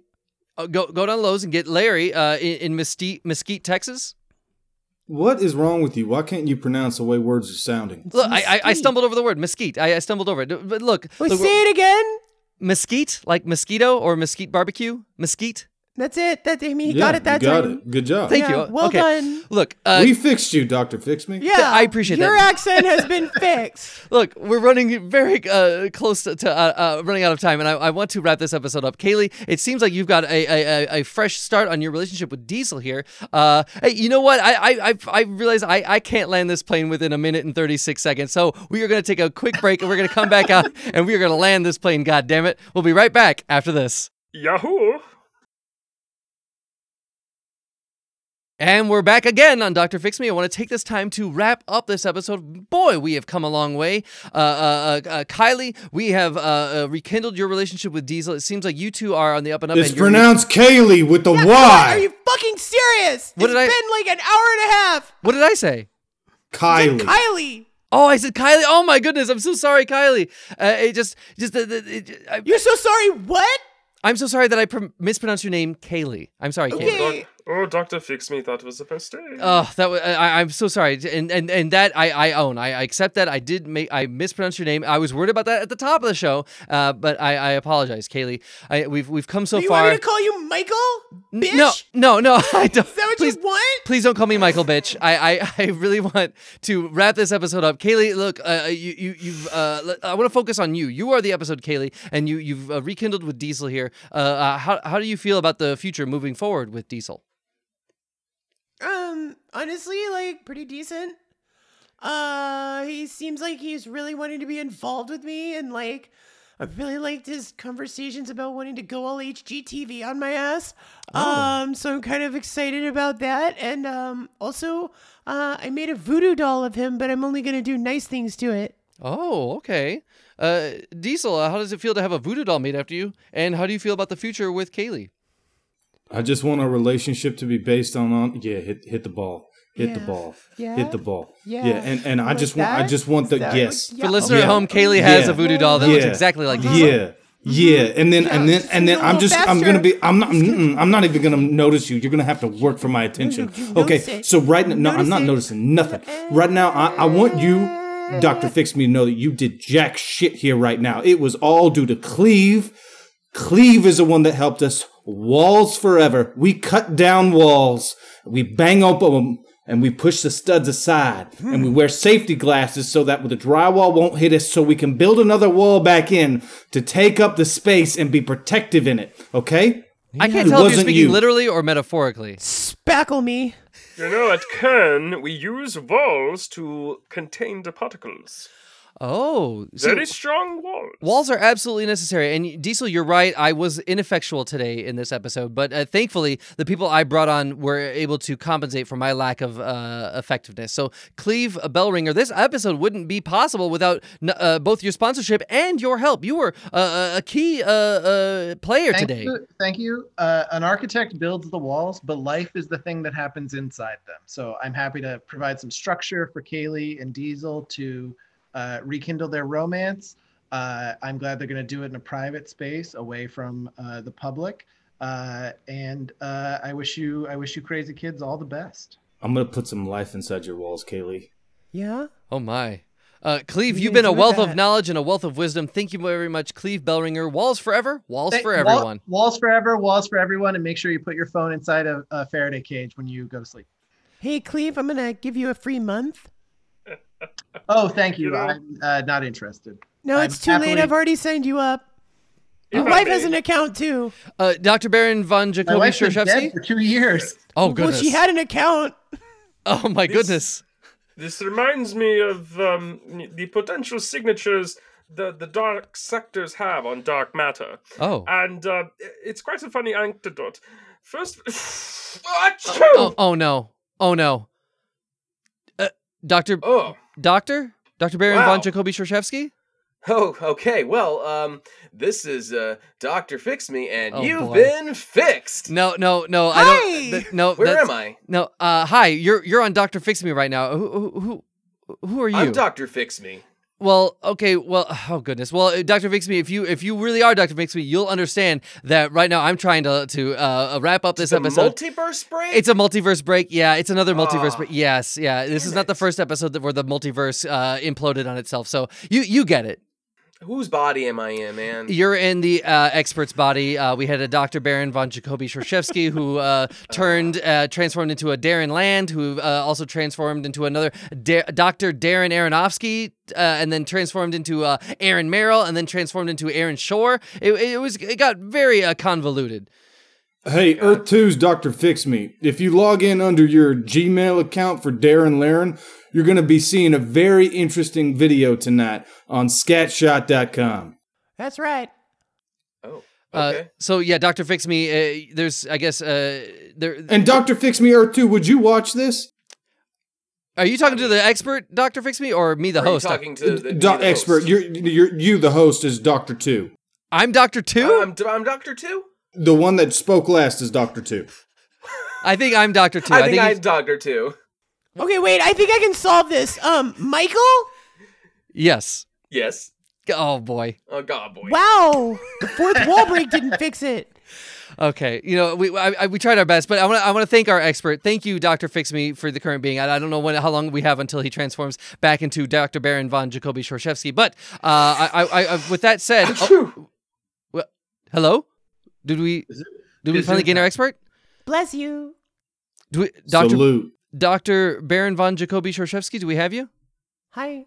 Uh, go go down Lowe's and get Larry uh, in, in Mesquite, Mesquite, Texas.
What is wrong with you? Why can't you pronounce the way words are sounding?
Look, I, I I
mesquite.
stumbled over the word mesquite. I, I stumbled over it. But look,
Wait,
look,
say it again.
mesquite like mosquito or mesquite barbecue. Mesquite.
That's it. That I mean, he got it that
you got
time.
it. Good job.
Thank
Yeah,
you.
well
okay.
done.
Look, uh,
we fixed you, Doctor Fix Me.
Yeah,
I appreciate
your
that.
accent has
<laughs>
been fixed.
Look, we're running very uh, close to, to uh, uh, running out of time, and I, I want to wrap this episode up. Kaylee, it seems like you've got a, a, a, a fresh start on your relationship with Diesel here. Uh, hey, you know what? I I, I, I realize I, I can't land this plane within a minute and 36 seconds, so we are going to take a quick break, and we're going to come back out, and we are going to land this plane, God damn it. We'll be right back after this.
Yahoo!
And we're back again on Dr. Fix Me. I want to take this time to wrap up this episode. Boy, we have come a long way. Uh, uh, uh, uh, Kylie, we have uh, uh, rekindled your relationship with Diesel. It seems like you two are on the up and up.
It's
and you're-
pronounced Kaylee with the
Are
Y.
you fucking serious?
What
it's
did I-
been like an hour and a half.
What did I say?
Kylie.
Kylie,
Oh, I said Kylie. Oh my goodness, I'm so sorry, Kylie. Uh, it just, just, uh, it, I,
you're so sorry. What?
I'm so sorry that I pr- mispronounced your name, Kaylee. I'm sorry, Kaylee.
Okay.
Doc- oh, Doctor, fix me. That was a mistake.
Oh, that was, I, I'm so sorry, and and and that I, I own. I, I accept that I did make I mispronounced your name. I was worried about that at the top of the show, uh, but I, I apologize, Kaylee. I, we've we've come so
you
far.
want me to call you Michael? Bitch?
no, no, no, <laughs> I don't.
Is that what
please,
you want?
please don't call me Michael, bitch. I, I, <laughs> I really want to wrap this episode up. Kaylee, look, uh, you, you, you've, uh, le- I want to focus on you. You are the episode, Kaylee, and you, you've uh, rekindled with Diesel here. Uh, uh, how, how do you feel about the future moving forward with Diesel?
Um, honestly, like pretty decent. Uh, he seems like he's really wanting to be involved with me, and like I really liked his conversations about wanting to go all HGTV on my ass.
Oh.
Um, so I'm kind of excited about that, and um, also, uh, I made a voodoo doll of him, but I'm only gonna do nice things to it.
Oh, okay. Uh, Diesel, uh, how does it feel to have a voodoo doll made after you? And how do you feel about the future with Kaylee?
I just want our relationship to be based on, on yeah, hit hit the ball. Hit the
Yeah.
ball.
Yeah.
Hit the ball.
Yeah.
Yeah, and, and I
Like
just want I
that?
just want the
That-
yes.
yeah,
For the listener
Yeah.
at home, Kaylee has
Yeah.
a voodoo doll that looks
Yeah.
exactly like Diesel.
Yeah. Yeah, and then and then
just
and then
a
I'm
little
just I'm gonna
faster.
be I'm not mm-mm, I'm not even gonna notice you. You're gonna have to work for my attention.
you notice
Okay,
it.
so right now no, I'm
Notice
not
it.
noticing nothing. Right now I, I want you, Doctor Fix Me, to know that you did jack shit here right now. It was all due to Cleve. Cleve is the one that helped us. Walls forever. We cut down walls. We bang open them and we push the studs aside. And we wear safety glasses so that the drywall won't hit us so we can build another wall back in to take up the space and be protective in it. Okay?
I can't tell
It
if you're
wasn't
speaking
you.
literally or metaphorically.
Spackle me.
You know, at Kern, we use walls to contain the particles.
Oh, so-
Very strong walls.
Walls are absolutely necessary. And Diesel, you're right. I was ineffectual today in this episode, but uh, thankfully, the people I brought on were able to compensate for my lack of uh, effectiveness. So, Cleve uh, Bellringer, this episode wouldn't be possible without n- uh, both your sponsorship and your help. You were uh, a key uh, uh, player
Thank
today.
you. Thank you. Uh, an architect builds the walls, but life is the thing that happens inside them. So I'm happy to provide some structure for Kaylee and Diesel to uh, rekindle their romance. Uh, I'm glad they're going to do it in a private space, away from uh, the public. Uh, and uh, I wish you, I wish you crazy kids all the best.
I'm going to put some life inside your walls, Kaylee.
Yeah.
Oh my. Uh, Cleve,
We
you've
didn't
been a
do
wealth of
that.
knowledge and a wealth of wisdom. Thank you very much, Cleve Bellringer. Walls forever, walls
Thank-
for
wall-
everyone.
walls forever, walls for everyone, and make sure you put your phone inside a, a Faraday cage when you go to sleep.
Hey, Cleve, I'm gonna give you a free month.
Oh, thank you.
You know-
I'm uh, not interested.
No,
I'm
it's too late.
happily-
I've already signed you up. Your
If I
wife
may-
has an account too.
Uh, Dr. Baron von
My
Jacobi
wife's been dead
Shershevsky.
for two years.
Oh goodness.
Well, she had an account.
oh my
This-
goodness.
This reminds me of um, the potential signatures the, the dark sectors have on dark matter.
Oh.
And uh, i- it's quite a funny anecdote. First. <sighs> Achoo!
Oh, oh no. Oh no. Uh, Dr.
Oh.
Doctor? Dr. Baron
Wow.
von Jacobi Shershevsky?
Oh, okay. Well, um, this is uh, Doctor Fix Me, and
Oh,
you've
boy.
been fixed.
No, no, no. I don't.
Hi!
th- no,
Where
that's-
am I?
No, uh, hi. You're you're on Doctor Fix Me right now. Who who who, who are you?
I'm Doctor Fix Me.
Well, okay. Well, <sighs> oh goodness. Well, Doctor Fix Me, if you if you really are Doctor Fix Me, you'll understand that right now I'm trying to to uh, wrap up this
the
episode.
multiverse break.
It's a multiverse break. Yeah, it's another multiverse
Ah,
break. Yes, yeah. This is
damn
not the
it.
first episode that where the multiverse uh, imploded on itself. So you you get it.
Whose body am I in, man?
You're in the uh, expert's body. Uh, we had a Dr. Baron von Jacobi Shershevsky who uh, turned, uh, transformed into a Darren Land, who uh, also transformed into another Da- Dr. Darren Aronofsky, uh, and then transformed into uh, Aaron Merrill, and then transformed into Aaron Shore. It, it was it got very uh, convoluted.
Hey, Earth 2's Dr. Fix Me. If you log in under your Gmail account for Darren Laren, you're going to be seeing a very interesting video tonight on scatshot.com.
That's right.
Oh,
Uh,
okay.
so yeah, Doctor Fix Me. Uh, there's, I guess, uh, there.
And Dr. Fix Me Earth 2, would you watch this?
are you talking to the expert, Doctor Fix Me, or me, the
Are you
host? uh,
talking to the,
Do-
me, the
expert,
host?
you're, you're, you, the host, is Dr. 2.
I'm Doctor Two.
I'm, I'm Doctor Two.
The one that spoke last is Dr. 2.
I think I'm Doctor Two.
I think
it's-
I'm Doctor Two.
Okay, wait. I think I can solve this. Um, Michael.
yes.
Yes.
Oh boy.
Oh God, boy.
Wow. The fourth wall break didn't fix it.
Okay, you know we I, I, we tried our best, but I want to I want to thank our expert. Thank you, Doctor Fix Me, for the current being. I, I don't know when how long we have until he transforms back into Doctor Baron von Jacobi Shorshevsky. But uh, I, I, I with that said,
<coughs>
oh, well, hello, did we did we
is
finally
it-
gain our expert?
Bless you.
Do we, Doctor
Salute.
Doctor Baron von Jacobi Shorshevsky? Do we have you?
Hi.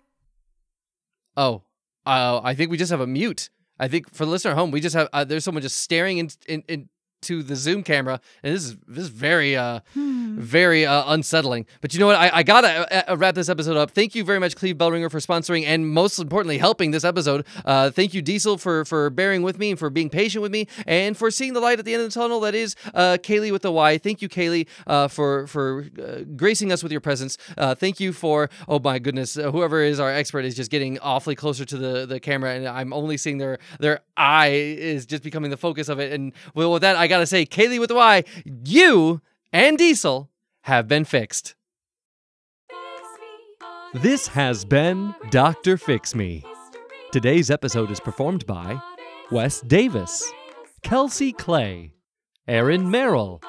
Oh, uh, I think we just have a mute. I think for the listener at home, we just have uh, there's someone just staring in, in, into the Zoom camera, and this is this is very uh very uh, unsettling. But you know what? I, I gotta uh, uh, wrap this episode up. Thank you very much, Cleve Bellringer, for sponsoring and most importantly helping this episode. Uh, thank you, Diesel, for for bearing with me and for being patient with me and for seeing the light at the end of the tunnel. That is uh, Kaylee with the Y. Thank you, Kaylee, uh, for for uh, gracing us with your presence. Uh, thank you for oh my goodness, uh, whoever is our expert is just getting awfully closer to the the camera, and I'm only seeing their their eye is just becoming the focus of it. And well, with that, I gotta say, Kaylee with the Y, you and Diesel have been fixed. This has been Dr. Fix Me. Today's episode is performed by Wes Davis, Kelsey Clay, Aaron Merrill,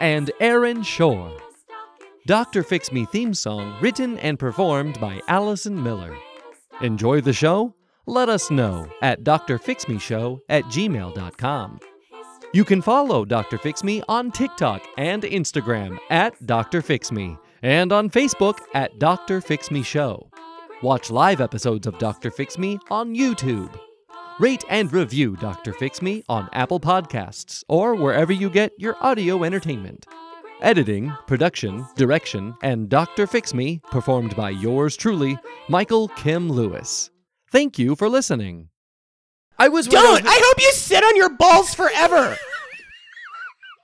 and Aaron Shore. Dr. Fix Me theme song written and performed by Allison Miller. Enjoy the show? Let us know at drfixmeshow at gmail.com. You can follow Dr. Fix Me on TikTok and Instagram at Dr. Fix Me and on Facebook at Dr. Fix Me Show. Watch live episodes of Dr. Fix Me on YouTube. Rate and review Dr. Fix Me on Apple Podcasts or wherever you get your audio entertainment. Editing, production, direction, and Dr. Fix Me performed by yours truly, Michael Kim Lewis. Thank you for listening. I was
Don't. I hope you sit on your balls forever.